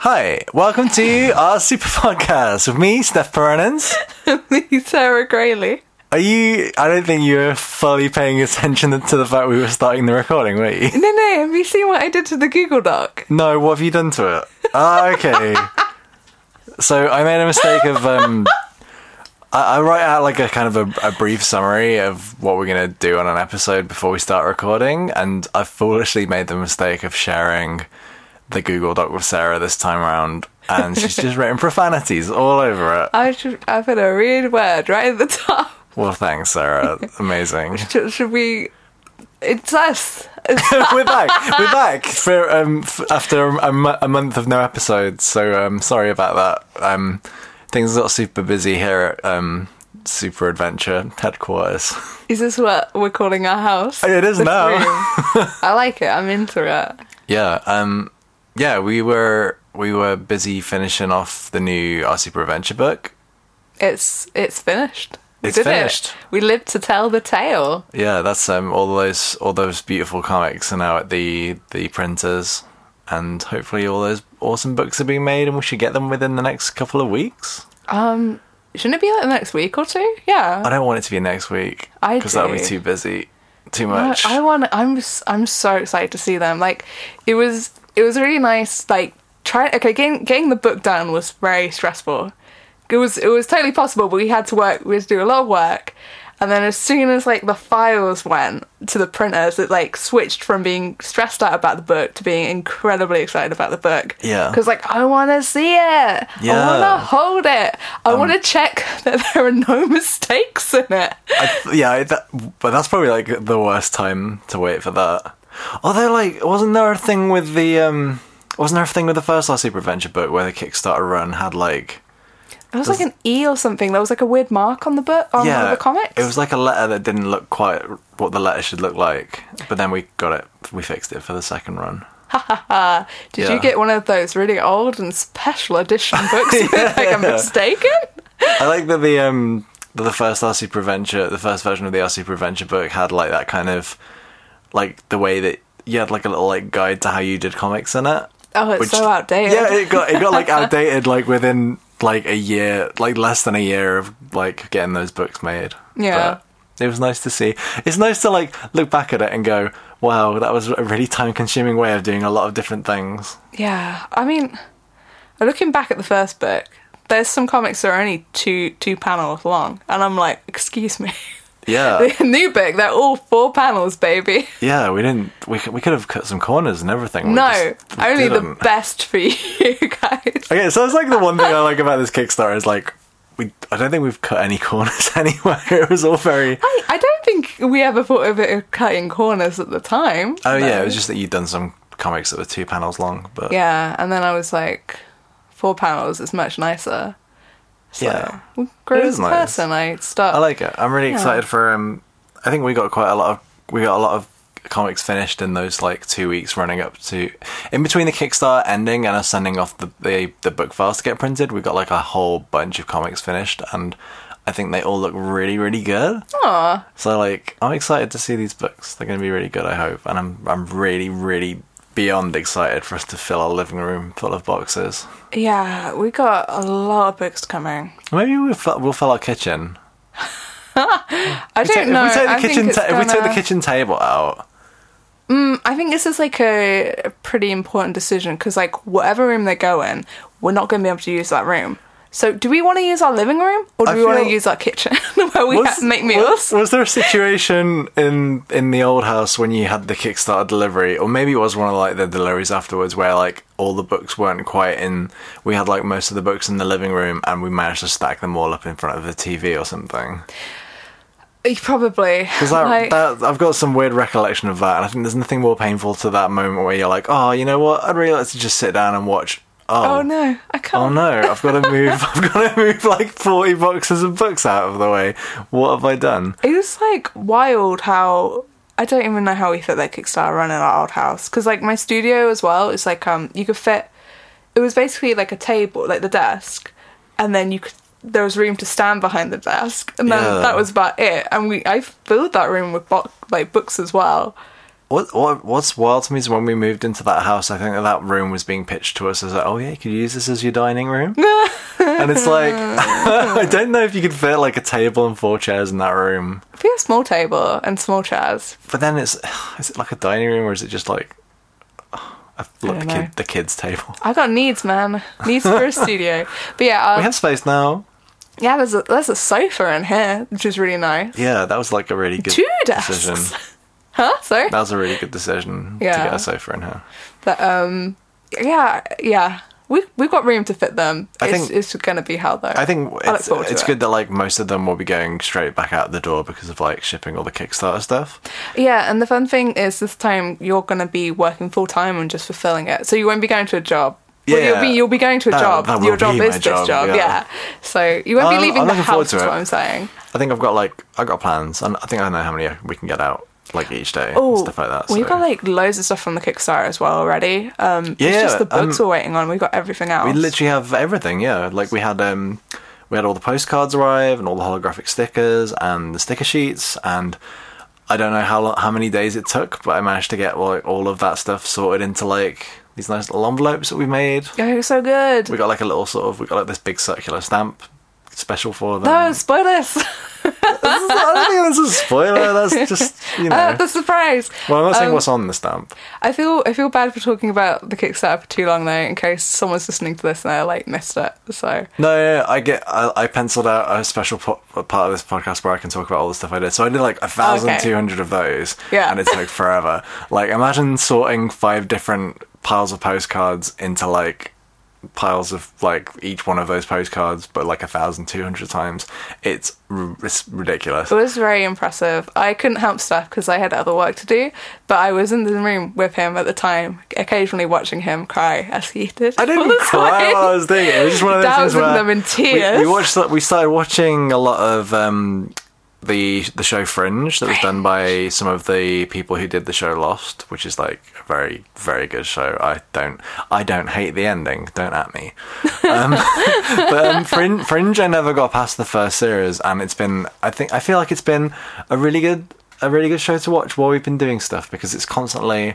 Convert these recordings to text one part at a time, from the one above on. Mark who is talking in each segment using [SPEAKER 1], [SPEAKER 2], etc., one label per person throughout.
[SPEAKER 1] Hi, welcome to our super podcast with me, Steph Perenans.
[SPEAKER 2] Sarah Grayley.
[SPEAKER 1] Are you? I don't think you were fully paying attention to the fact we were starting the recording, were you?
[SPEAKER 2] No, no, have you seen what I did to the Google Doc?
[SPEAKER 1] No, what have you done to it? Ah, okay. so I made a mistake of um, I, I write out like a kind of a, a brief summary of what we're gonna do on an episode before we start recording, and I foolishly made the mistake of sharing the Google Doc with Sarah this time around, and she's just written profanities all over it.
[SPEAKER 2] I should, I put a weird word right at the top.
[SPEAKER 1] Well, thanks, Sarah. Amazing.
[SPEAKER 2] Should, should we? It's us. It's-
[SPEAKER 1] we're back. We're back for um f- after a, mo- a month of no episodes. So um sorry about that. Um things are not super busy here at um Super Adventure headquarters.
[SPEAKER 2] Is this what we're calling our house?
[SPEAKER 1] Oh, It is
[SPEAKER 2] This
[SPEAKER 1] now.
[SPEAKER 2] room. I like it. I'm into it.
[SPEAKER 1] Yeah. Um yeah, we were we were busy finishing off the new Our Super Adventure book.
[SPEAKER 2] It's it's finished. We
[SPEAKER 1] It's
[SPEAKER 2] did it.
[SPEAKER 1] finished.
[SPEAKER 2] We lived to tell the tale.
[SPEAKER 1] Yeah, that's um all those all those beautiful comics are now at the the printers and hopefully all those awesome books are being made and we should get them within the next couple of weeks.
[SPEAKER 2] Um, shouldn't it be like the next week or two? Yeah.
[SPEAKER 1] I don't want it to be next week
[SPEAKER 2] I
[SPEAKER 1] because that'll be
[SPEAKER 2] do.
[SPEAKER 1] too busy, too
[SPEAKER 2] I-
[SPEAKER 1] much.
[SPEAKER 2] I want. I'm. s- I'm so excited to see them. Like, it was. It was really nice. Like, try. Okay, getting getting the book done was very stressful. It was. It was totally possible, but we had to work. We had to do a lot of work. And then as soon as like the files went to the printers, it like switched from being stressed out about the book to being incredibly excited about the book.
[SPEAKER 1] Yeah.
[SPEAKER 2] Because like I want to see it. I
[SPEAKER 1] Yeah. Um,
[SPEAKER 2] want to hold it. I want to check that there are no mistakes in it.
[SPEAKER 1] I- yeah, I- that, but that's probably like the worst time to wait for that. Although, like, wasn't there a thing with the um, wasn't there a thing with the first Last Super Adventure book where the Kickstarter run had like
[SPEAKER 2] It was like an E or something. There was like a weird mark on the book on one
[SPEAKER 1] yeah,
[SPEAKER 2] of the comics.
[SPEAKER 1] It was like a letter that didn't look quite what the letter should look like. But then we got it, we fixed it for the second run.
[SPEAKER 2] Did
[SPEAKER 1] yeah.
[SPEAKER 2] you get one of those really old and special edition books with like a mistaken?
[SPEAKER 1] I like that the um that the first RC Preventure, the first version of the RC Preventure book had like that kind of like the way that you had like a little like guide to how you did comics in it.
[SPEAKER 2] Oh, it's so outdated.
[SPEAKER 1] Yeah, it got it got like outdated like within like a year, like less than a year of like getting those books made.
[SPEAKER 2] Yeah.
[SPEAKER 1] But it was nice to see. It's nice to like look back at it and go, "Wow, that was a really time-consuming way of doing a lot of different things."
[SPEAKER 2] Yeah, I mean, looking back at the first book, there's some comics that are only two two panels long, and I'm like, excuse me.
[SPEAKER 1] Yeah,
[SPEAKER 2] The new book, they're all four panels, baby.
[SPEAKER 1] yeah. We didn't. We c- we could have cut some corners and everything. Oh, We
[SPEAKER 2] no,
[SPEAKER 1] just
[SPEAKER 2] only the
[SPEAKER 1] didn't.
[SPEAKER 2] best for you guys.
[SPEAKER 1] Okay, so that's like the one thing I like about this Kickstarter is like we I don't think we've cut any corners anywhere. It was all very
[SPEAKER 2] I, I don't think we ever thought of it as cutting corners at the time.
[SPEAKER 1] Oh yeah,
[SPEAKER 2] though.
[SPEAKER 1] it was just that you'd done some comics that were two panels long, but
[SPEAKER 2] Yeah, and then I was like, four panels is much nicer. So
[SPEAKER 1] Yeah.
[SPEAKER 2] we grew
[SPEAKER 1] It
[SPEAKER 2] as
[SPEAKER 1] is
[SPEAKER 2] a
[SPEAKER 1] nice.
[SPEAKER 2] person. I start.
[SPEAKER 1] I like it. I'm really excited for um I think we got quite a lot of we got a lot of comics finished in those like two weeks running up to in between the Kickstarter ending and us sending off the, the the book files to get printed, we got like a whole bunch of comics finished and I think they all look really, really good.
[SPEAKER 2] Aw.
[SPEAKER 1] So like I'm excited to see these books. They're going to be really good, I hope. And I'm I'm really really beyond excited for us to fill our living room full of boxes.
[SPEAKER 2] Yeah, we got a lot of books coming.
[SPEAKER 1] Maybe we'll fill, we'll fill our kitchen.
[SPEAKER 2] I don't
[SPEAKER 1] If
[SPEAKER 2] know.
[SPEAKER 1] we take the
[SPEAKER 2] I think
[SPEAKER 1] kitchen
[SPEAKER 2] it's
[SPEAKER 1] ta- if we take the
[SPEAKER 2] gonna-
[SPEAKER 1] kitchen table out.
[SPEAKER 2] Mm, I think this is like a, a pretty important decision because like whatever room they go in, we're not going to be able to use that room. So, do we want to use our living room or do
[SPEAKER 1] I
[SPEAKER 2] we want
[SPEAKER 1] feel-
[SPEAKER 2] to use our kitchen where we ha- make
[SPEAKER 1] was,
[SPEAKER 2] meals?
[SPEAKER 1] was there a situation in in the old house when you had the Kickstarter delivery, or maybe it was one of like the deliveries afterwards, where like all the books weren't quite in? We had like most of the books in the living room, and we managed to stack them all up in front of the TV or something.
[SPEAKER 2] Probably.
[SPEAKER 1] Because that,
[SPEAKER 2] Like-
[SPEAKER 1] that, I've got some weird recollection of that, and I think there's nothing more painful to that moment where you're like, oh, you know what? I'd really like to just sit down and watch. Oh,
[SPEAKER 2] oh no, I can't.
[SPEAKER 1] Oh no! I've got to move. I've got to move like forty boxes of books out of the way. What have I done?
[SPEAKER 2] It was like wild how I don't even know how we fit that Kickstarter run in our old house because like my studio as well is like um you could fit it was basically like a table like the desk and then you could there was room to stand behind the desk and then
[SPEAKER 1] Yeah.
[SPEAKER 2] that was about it and we I filled that room with bo- like books as well
[SPEAKER 1] What, what what's wild to me is when we moved into that house, I think that that room was being pitched to us as like, oh yeah, you could use this as your dining room, and it's like I don't know if you could fit like a table and four chairs in that room.
[SPEAKER 2] We have small table and small chairs.
[SPEAKER 1] But then it's is it like a dining room or is it just like a, like the,
[SPEAKER 2] know.
[SPEAKER 1] kid, the kids table?
[SPEAKER 2] I got needs, man. Needs for a studio. But yeah, uh,
[SPEAKER 1] We have space now.
[SPEAKER 2] yeah. There's a, there's a sofa in here, which is really nice.
[SPEAKER 1] Yeah, that was like a really good
[SPEAKER 2] Two desks.
[SPEAKER 1] decision.
[SPEAKER 2] Huh? Sorry.
[SPEAKER 1] That was a really good decision to
[SPEAKER 2] Yeah.
[SPEAKER 1] get a sofa in here.
[SPEAKER 2] But um, yeah, yeah. We we've got room to fit them.
[SPEAKER 1] I
[SPEAKER 2] it's,
[SPEAKER 1] think-
[SPEAKER 2] it's gonna be hell though.
[SPEAKER 1] I think
[SPEAKER 2] look
[SPEAKER 1] it's,
[SPEAKER 2] forward to
[SPEAKER 1] it's
[SPEAKER 2] it.
[SPEAKER 1] good that like most of them will be going straight back out the door because of like shipping all the Kickstarter stuff.
[SPEAKER 2] Yeah, and the fun thing is this time you're gonna be working full time and just fulfilling it. So you won't be going to a job. Well,
[SPEAKER 1] Yeah.
[SPEAKER 2] you'll be you'll be going to a
[SPEAKER 1] That-
[SPEAKER 2] job.
[SPEAKER 1] that will
[SPEAKER 2] Your job
[SPEAKER 1] be
[SPEAKER 2] is
[SPEAKER 1] my
[SPEAKER 2] this
[SPEAKER 1] job,
[SPEAKER 2] job.
[SPEAKER 1] yeah.
[SPEAKER 2] Yeah. So you won't
[SPEAKER 1] I'm-
[SPEAKER 2] be leaving
[SPEAKER 1] I'm
[SPEAKER 2] the
[SPEAKER 1] looking forward
[SPEAKER 2] house.
[SPEAKER 1] to
[SPEAKER 2] Is
[SPEAKER 1] it.
[SPEAKER 2] what I'm saying.
[SPEAKER 1] I think I've got like I've got plans, and I think I know how many we can get out like each day and
[SPEAKER 2] Oh,
[SPEAKER 1] stuff like that.
[SPEAKER 2] we've
[SPEAKER 1] so-
[SPEAKER 2] got like loads of stuff from the Kickstarter as well already. Um,
[SPEAKER 1] Yeah,
[SPEAKER 2] it's just the books
[SPEAKER 1] um,
[SPEAKER 2] we're waiting on. We've got everything else.
[SPEAKER 1] we literally have everything. Yeah, like we had um we had all the postcards arrive and all the holographic stickers and the sticker sheets and. I don't know how lo- how many days it took, but I managed to get like all of that stuff sorted into like these nice little envelopes that we made.
[SPEAKER 2] oh, so good.
[SPEAKER 1] We got like a little sort of we got like this big circular stamp special for them.
[SPEAKER 2] no spoilers.
[SPEAKER 1] I don't think that's a spoiler. That's just you know.
[SPEAKER 2] Uh, the surprise.
[SPEAKER 1] well, I'm not saying
[SPEAKER 2] Um,
[SPEAKER 1] what's on the stamp.
[SPEAKER 2] I feel I feel bad for talking about the Kickstarter for too long though, in case someone's listening to this and they like missed it. So
[SPEAKER 1] No, yeah, I get. I, I penciled out a special po- a part of this podcast where I can talk about all the stuff I did. So I did like a thousand
[SPEAKER 2] Okay.
[SPEAKER 1] two hundred of those.
[SPEAKER 2] Yeah.
[SPEAKER 1] and it took forever. like imagine sorting five different piles of postcards into like piles of like each one of those postcards, but like a thousand two hundred times. It's r- it's ridiculous.
[SPEAKER 2] It was very impressive. I couldn't help stuff because I had other work to do, but I was in the room with him at the time, occasionally watching him cry as he did.
[SPEAKER 1] I didn't
[SPEAKER 2] all the
[SPEAKER 1] cry
[SPEAKER 2] time.
[SPEAKER 1] while I was doing it. It was just one of those things
[SPEAKER 2] Dousing
[SPEAKER 1] where
[SPEAKER 2] them in
[SPEAKER 1] We,
[SPEAKER 2] tears.
[SPEAKER 1] we watched. that- We started watching a lot of um, the the show Fringe that was done by some of the people who did the show Lost, which is like a very very good show. I don't I don't hate the ending. Don't at me. Um, but um, Fringe, Fringe, I never got past the first series, and it's been. I think I feel like it's been a really good a really good show to watch while we've been doing stuff because it's constantly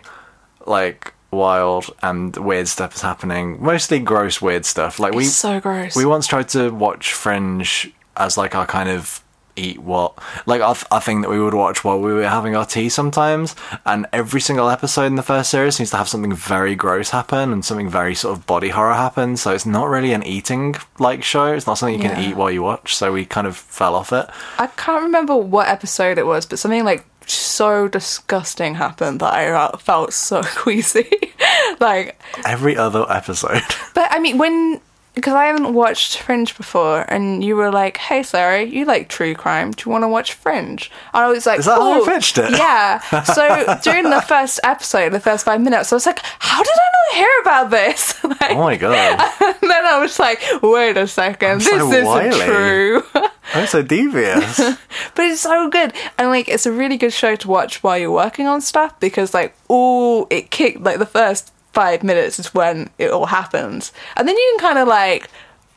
[SPEAKER 1] like wild and weird stuff is happening. Mostly gross weird stuff. Like we
[SPEAKER 2] It's so gross.
[SPEAKER 1] we once tried to watch Fringe as like our kind of eat what like our, our thing that we would watch while we were having our tea sometimes and every single episode in the first series seems to have something very gross happen and something very sort of body horror happen so it's not really an eating like show it's not something you can
[SPEAKER 2] Yeah.
[SPEAKER 1] eat while you watch so we kind of fell off it
[SPEAKER 2] I can't remember what episode it was, but something like so disgusting happened that I felt so queasy. like,
[SPEAKER 1] every other episode
[SPEAKER 2] But I mean, when because I haven't watched Fringe before, and you were like, "Hey, Sarah, you like true crime? Do you want to watch Fringe?" And I was like,
[SPEAKER 1] Is that how I
[SPEAKER 2] "Oh,
[SPEAKER 1] pitched it?"
[SPEAKER 2] Yeah. So during the first episode, the first five minutes, I was like, "How did I not hear about this?" like,
[SPEAKER 1] oh my god
[SPEAKER 2] and then I was like, "Wait a 2nd this
[SPEAKER 1] so
[SPEAKER 2] isn't
[SPEAKER 1] wily."
[SPEAKER 2] true."
[SPEAKER 1] i'm so devious
[SPEAKER 2] but it's so good, and like, it's a really good show to watch while you're working on stuff because, like, all it kicked like the first five minutes is when it all happens, and then you can kind of like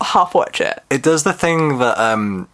[SPEAKER 2] half watch it.
[SPEAKER 1] it does the thing that um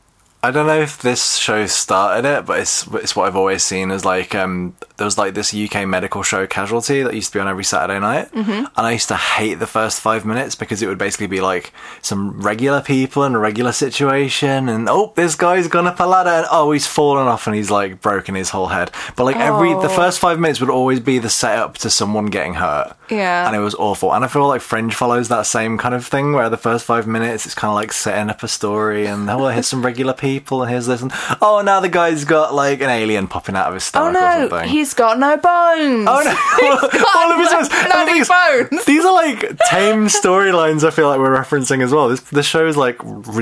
[SPEAKER 1] I don't know if this show started it, but it's it's what I've always seen as like um there was like this UK medical show Casualty that used to be on every Saturday night, and I used to hate the first five minutes because it would basically be like some regular people in a regular situation, and oh this guy's gone up a ladder, and oh he's fallen off and he's like broken his whole head, but like every the
[SPEAKER 2] Oh.
[SPEAKER 1] first five minutes would always be the setup to someone getting hurt,
[SPEAKER 2] Yeah.
[SPEAKER 1] and it was awful. And I feel like Fringe follows that same kind of thing where the first five minutes it's kind of like setting up a story and oh, here's some regular people and here's this and oh, now the guy's got like an alien popping out of his
[SPEAKER 2] Oh
[SPEAKER 1] stomach or
[SPEAKER 2] no,
[SPEAKER 1] something.
[SPEAKER 2] he's got no bones.
[SPEAKER 1] Oh no! All of his
[SPEAKER 2] no
[SPEAKER 1] bones. And the
[SPEAKER 2] bloody
[SPEAKER 1] thing is,
[SPEAKER 2] bones.
[SPEAKER 1] These are like tame storylines. I feel like we're referencing as well. This the show is like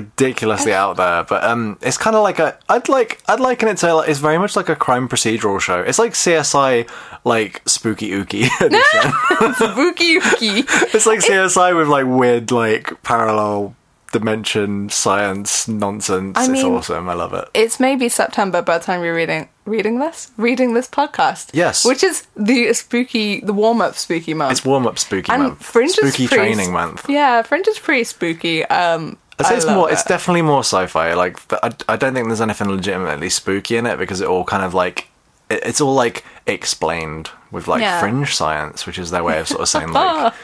[SPEAKER 1] ridiculously out there, but um, it's kind of like a. I'd like I'd liken it to. Like, it's very much like a crime procedural show. It's like CSI, like spooky ooky. edition.
[SPEAKER 2] Spooky, ooky.
[SPEAKER 1] It's like CSI with like weird, like parallel dimension science nonsense.
[SPEAKER 2] I
[SPEAKER 1] it's
[SPEAKER 2] mean-
[SPEAKER 1] awesome. I love it.
[SPEAKER 2] It's maybe September by the time you're reading reading this reading this podcast.
[SPEAKER 1] Yes.
[SPEAKER 2] which is the spooky, the warm up spooky month.
[SPEAKER 1] It's warm up spooky
[SPEAKER 2] and
[SPEAKER 1] month.
[SPEAKER 2] Fringe is
[SPEAKER 1] spooky
[SPEAKER 2] pretty-
[SPEAKER 1] training month.
[SPEAKER 2] Yeah, Fringe is pretty spooky. Um,
[SPEAKER 1] I'd say it's
[SPEAKER 2] love
[SPEAKER 1] more.
[SPEAKER 2] it.
[SPEAKER 1] It's definitely more sci-fi. Like th- I, I don't think there's anything legitimately spooky in it because it all kind of like it, it's all like explained with like
[SPEAKER 2] Yeah.
[SPEAKER 1] fringe science, which is their way of sort of saying
[SPEAKER 2] Ah,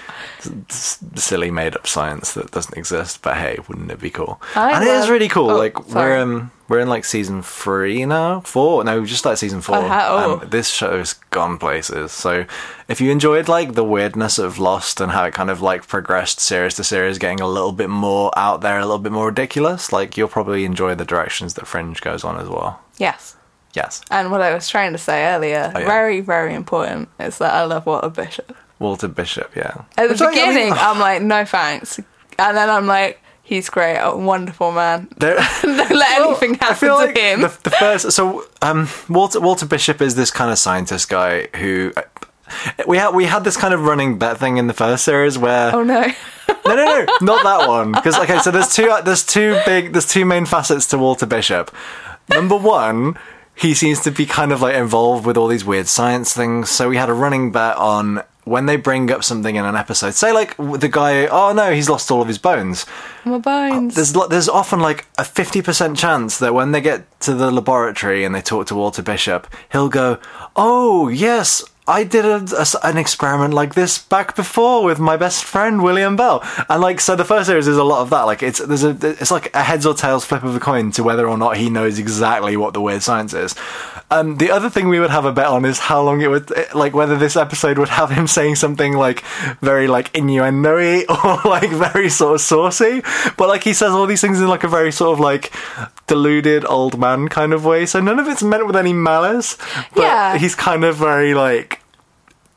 [SPEAKER 1] like s- s- silly made up science that doesn't exist. But hey, wouldn't it be cool?
[SPEAKER 2] I
[SPEAKER 1] and it is
[SPEAKER 2] love-
[SPEAKER 1] really cool.
[SPEAKER 2] oh,
[SPEAKER 1] like
[SPEAKER 2] sorry.
[SPEAKER 1] we're um we're in like season three now, four. No, we just like season four.
[SPEAKER 2] Oh, how- oh.
[SPEAKER 1] And this show's gone places. So if you enjoyed like the weirdness of Lost and how it kind of like progressed series to series, getting a little bit more out there, a little bit more ridiculous, like you'll probably enjoy the directions that Fringe goes on as well.
[SPEAKER 2] Yes.
[SPEAKER 1] Yes.
[SPEAKER 2] And what I was trying to say earlier,
[SPEAKER 1] Oh, yeah.
[SPEAKER 2] very, very important, is that I love Walter Bishop.
[SPEAKER 1] Walter Bishop, yeah.
[SPEAKER 2] At the
[SPEAKER 1] Which, like, I mean,
[SPEAKER 2] beginning, I am like, no thanks. And then I'm like, he's great, a wonderful man.
[SPEAKER 1] there-
[SPEAKER 2] Don't let anything
[SPEAKER 1] Oh, I
[SPEAKER 2] happen
[SPEAKER 1] feel
[SPEAKER 2] to
[SPEAKER 1] like
[SPEAKER 2] him.
[SPEAKER 1] The, the first, so um, Walter Walter Bishop is this kind of scientist guy who uh, we had we had this kind of running bet thing in the first series where
[SPEAKER 2] oh no.
[SPEAKER 1] no no no not that one because okay so there's two uh, there's two big there's two main facets to Walter Bishop. Number one. He seems to be kind of like involved with all these weird science things. So we had a running bet on when they bring up something in an episode. Say like the guy, oh no, he's lost all of his bones.
[SPEAKER 2] My bones.
[SPEAKER 1] There's lo- there's often like a fifty percent chance that when they get to the laboratory and they talk to Walter Bishop, he'll go, "Oh yes, I did a, a s- an experiment like this back before with my best friend William Bell." And like so, the first series is a lot of that. Like it's there's a it's like a heads or tails flip of a coin to whether or not he knows exactly what the weird science is. Um, the other thing we would have a bet on is how long it would eh, like whether this episode would have him saying something like very like innuendo-y or like very sort of saucy. But like he says all these things in like a very sort of like deluded old man kind of way. So none of it's meant with any malice. But
[SPEAKER 2] Yeah.
[SPEAKER 1] he's kind of very like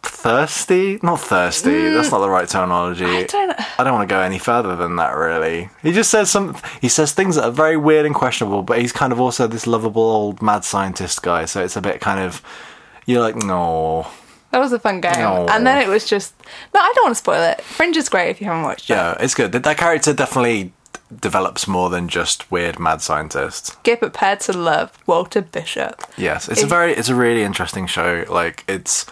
[SPEAKER 1] thirsty. Not thirsty. That's not the right terminology.
[SPEAKER 2] Mm. I don't-
[SPEAKER 1] I don't want to go any further than that really. He just says some he says things that are very weird and questionable, but he's kind of also this lovable old mad scientist guy, so it's a bit kind of you're like, no.
[SPEAKER 2] That was a fun game.
[SPEAKER 1] No.
[SPEAKER 2] And then it was just. No, I don't want to spoil it. Fringe is great if you haven't watched it.
[SPEAKER 1] Yeah, it's good. That, that character definitely develops more than just weird mad scientist.
[SPEAKER 2] Get prepared to love Walter Bishop.
[SPEAKER 1] Yes, it's a
[SPEAKER 2] It-
[SPEAKER 1] very, it's a really interesting show. Like it's,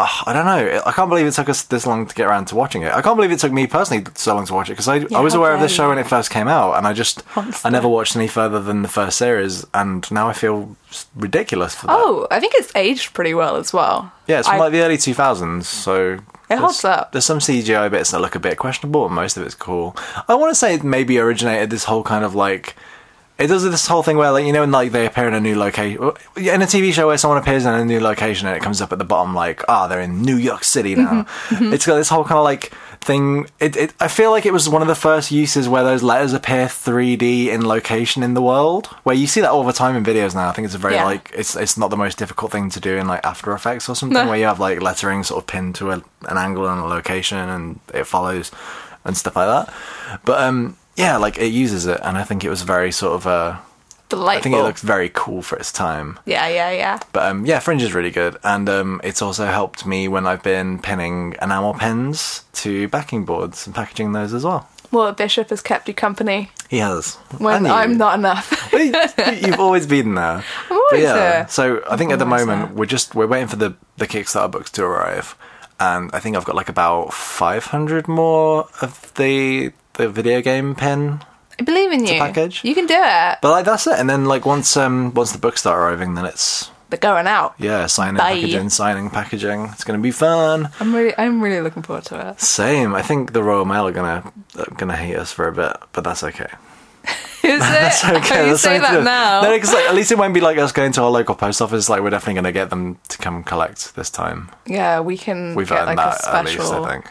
[SPEAKER 1] Ah, I don't know. I can't believe it took us this long to get around to watching it. I can't believe it took me personally so long to watch it because I, I was
[SPEAKER 2] how
[SPEAKER 1] aware of this
[SPEAKER 2] dare
[SPEAKER 1] show
[SPEAKER 2] you.
[SPEAKER 1] when it first came out, and I just,
[SPEAKER 2] Monster.
[SPEAKER 1] I never watched any further than the first series, and now I feel s- ridiculous for that.
[SPEAKER 2] Oh, I think it's aged pretty well as well.
[SPEAKER 1] yeah, it's from
[SPEAKER 2] I-
[SPEAKER 1] like the early two thousands, so there's-
[SPEAKER 2] holds up.
[SPEAKER 1] There's some CGI bits that look a bit questionable, but most of it's cool. I want to say it maybe originated this whole kind of like. It does this whole thing where, like, you know, when like they appear in a new location, in a TV show where someone appears in a new location and it comes up at the bottom, like, ah, they're in New York City now.
[SPEAKER 2] Mm-hmm.
[SPEAKER 1] It's got this whole kind of like thing. It, it, I feel like it was one of the first uses where those letters appear 3D in location in the world, where you see that all the time in videos now. I think it's a very
[SPEAKER 2] Yeah.
[SPEAKER 1] like it's it's not the most difficult thing to do in like After Effects or something
[SPEAKER 2] No.
[SPEAKER 1] where you have like lettering sort of pinned to a, an angle and a location and it follows and stuff like that. But um yeah, like it uses it and I think it was very sort of uh I
[SPEAKER 2] Delightful.
[SPEAKER 1] think it looked very cool for its time.
[SPEAKER 2] Yeah, yeah, yeah.
[SPEAKER 1] But um yeah, Fringe is really good and um it's also helped me when I've been pinning enamel pins to backing boards and packaging those as well.
[SPEAKER 2] Well, Bishop has kept you company
[SPEAKER 1] He has.
[SPEAKER 2] when
[SPEAKER 1] And you.
[SPEAKER 2] I'm not enough.
[SPEAKER 1] Well, you- You've always been
[SPEAKER 2] I'm
[SPEAKER 1] there.
[SPEAKER 2] always
[SPEAKER 1] But yeah,
[SPEAKER 2] there.
[SPEAKER 1] So I think at the
[SPEAKER 2] always
[SPEAKER 1] moment
[SPEAKER 2] there.
[SPEAKER 1] we're just we're waiting for the the Kickstarter books to arrive, and I think I've got like about five hundred more of the the video game pen.
[SPEAKER 2] I believe in you.
[SPEAKER 1] package.
[SPEAKER 2] You can do it.
[SPEAKER 1] But like that's it. And then like once um once the books start arriving, then it's
[SPEAKER 2] They're going out.
[SPEAKER 1] yeah signing
[SPEAKER 2] Bye.
[SPEAKER 1] packaging signing packaging. It's gonna be fun.
[SPEAKER 2] I'm really, I'm really looking forward to it.
[SPEAKER 1] Same. I think the Royal Mail are gonna are gonna hate us for a bit, but that's okay.
[SPEAKER 2] Is
[SPEAKER 1] That's
[SPEAKER 2] it?
[SPEAKER 1] okay.
[SPEAKER 2] you
[SPEAKER 1] that's
[SPEAKER 2] say
[SPEAKER 1] something to
[SPEAKER 2] that
[SPEAKER 1] do.
[SPEAKER 2] now.
[SPEAKER 1] No, because like, at least it won't be like us going to our local post office. Like we're definitely going to get them to come collect this time.
[SPEAKER 2] yeah, we can
[SPEAKER 1] We've
[SPEAKER 2] get like
[SPEAKER 1] earned that
[SPEAKER 2] a
[SPEAKER 1] at least,
[SPEAKER 2] special,
[SPEAKER 1] I think.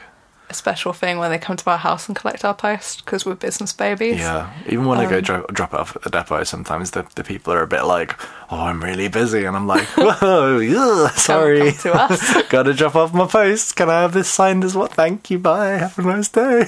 [SPEAKER 2] a special thing where they come to our house and collect our post because we're business babies.
[SPEAKER 1] Yeah. Even when I go dro- drop it off at the depot, sometimes the, the people are a bit like, "Oh, I'm really busy," and I'm like, "Whoa, yeah,
[SPEAKER 2] Come-
[SPEAKER 1] sorry,
[SPEAKER 2] come to us.
[SPEAKER 1] got to drop off my post. Can I have this signed as well? Thank you. Bye. Have a nice day."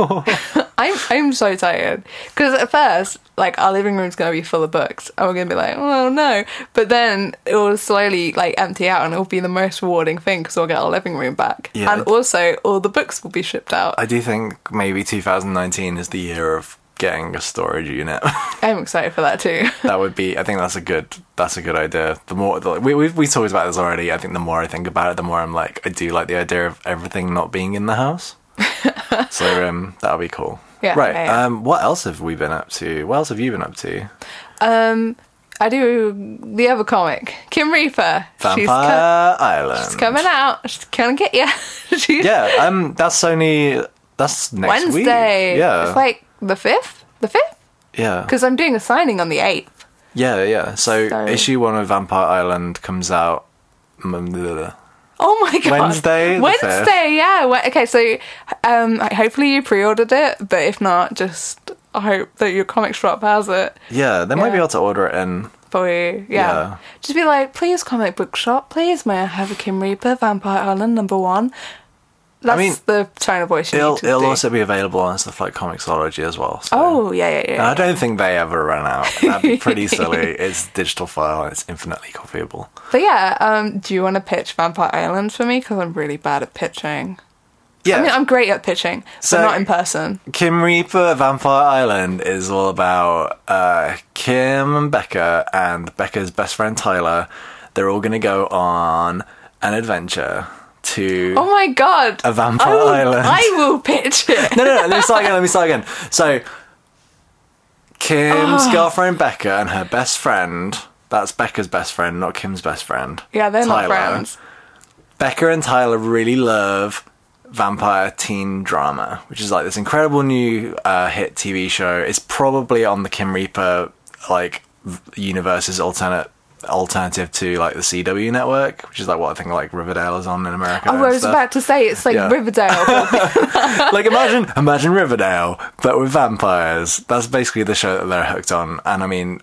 [SPEAKER 2] I'm I'm so tired because at first, like our living room's gonna be full of books, and we're gonna be like, oh no. But then it will slowly like empty out, and it will be the most rewarding thing because we'll get our living room back,
[SPEAKER 1] Yeah,
[SPEAKER 2] and
[SPEAKER 1] it-
[SPEAKER 2] also all the books will be shipped out.
[SPEAKER 1] I do think maybe 2019 is the year of getting a storage unit.
[SPEAKER 2] I'm excited for that too.
[SPEAKER 1] that would be i think that's a good that's a good idea the more like, we, we've, we talked about this already i think the more i think about it the more i'm like i do like the idea of everything not being in the house so um that'll be cool
[SPEAKER 2] Yeah,
[SPEAKER 1] right
[SPEAKER 2] yeah, yeah.
[SPEAKER 1] um what else have we been up to what else have you been up to
[SPEAKER 2] Um, I do the other comic, Kim Reaper.
[SPEAKER 1] Vampire
[SPEAKER 2] She's, co-
[SPEAKER 1] Island.
[SPEAKER 2] she's coming out. She's gonna get you. she's
[SPEAKER 1] Yeah, um, that's only that's next week.
[SPEAKER 2] Wednesday.
[SPEAKER 1] Yeah,
[SPEAKER 2] it's like the fifth. The fifth,
[SPEAKER 1] yeah,
[SPEAKER 2] because I'm doing a signing on the eighth.
[SPEAKER 1] yeah, yeah. So,
[SPEAKER 2] So-
[SPEAKER 1] issue one of Vampire Island comes out. mm, blah, blah, blah.
[SPEAKER 2] Oh my god!
[SPEAKER 1] Wednesday, the
[SPEAKER 2] Wednesday,
[SPEAKER 1] fifth.
[SPEAKER 2] yeah. We- Okay, so um, hopefully you pre-ordered it, but if not, just I hope that your comic shop has it
[SPEAKER 1] Yeah, they might be
[SPEAKER 2] Yeah.
[SPEAKER 1] able to order it in.
[SPEAKER 2] for you. Yeah.
[SPEAKER 1] Yeah.
[SPEAKER 2] Just be like, please, comic book shop, please, may I have a Kim Reaper Vampire Island number one? That's
[SPEAKER 1] mean,
[SPEAKER 2] the tone of voice you
[SPEAKER 1] It'll
[SPEAKER 2] need to
[SPEAKER 1] it'll
[SPEAKER 2] do.
[SPEAKER 1] also be available on stuff like Comixology as well. So.
[SPEAKER 2] oh yeah, yeah, yeah.
[SPEAKER 1] And I don't think they ever run out. That'd be pretty silly. It's a digital file and it's infinitely copyable.
[SPEAKER 2] But yeah, um, do you want to pitch Vampire Island for me? Because I'm really bad at pitching.
[SPEAKER 1] Yeah.
[SPEAKER 2] I mean, I'm great at pitching, but
[SPEAKER 1] So-
[SPEAKER 2] not in person.
[SPEAKER 1] Kim Reaper Vampire Island is all about uh, Kim and Becca and Becca's best friend Tyler. They're all going to go on an adventure to.
[SPEAKER 2] Oh my god!
[SPEAKER 1] A Vampire
[SPEAKER 2] I will,
[SPEAKER 1] Island.
[SPEAKER 2] I will pitch it.
[SPEAKER 1] No, no, no. Let me start again. Let me start again. So, Kim's
[SPEAKER 2] Oh.
[SPEAKER 1] girlfriend Becca and her best friend. That's Becca's best friend, not Kim's best friend.
[SPEAKER 2] Yeah, they're not
[SPEAKER 1] Tyler.
[SPEAKER 2] friends.
[SPEAKER 1] Becca and Tyler really love vampire teen drama, which is like this incredible new uh, hit TV show. It's probably on the Kim Reaper like v- universe's alternate alternative to like the CW network, which is like what I think like Riverdale is on in America.
[SPEAKER 2] Oh, I
[SPEAKER 1] and
[SPEAKER 2] was
[SPEAKER 1] stuff.
[SPEAKER 2] about to say it's like
[SPEAKER 1] Yeah.
[SPEAKER 2] Riverdale. but-
[SPEAKER 1] like imagine imagine Riverdale, but with vampires. That's basically the show that they're hooked on. And I mean,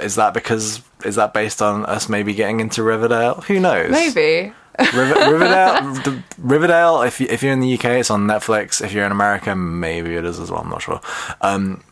[SPEAKER 1] is that because is that based on us maybe getting into Riverdale? Who knows?
[SPEAKER 2] Maybe.
[SPEAKER 1] River, Riverdale, the, Riverdale. If you, if you're in the UK, it's on Netflix. If you're in America, maybe it is as well. I'm not sure. Um,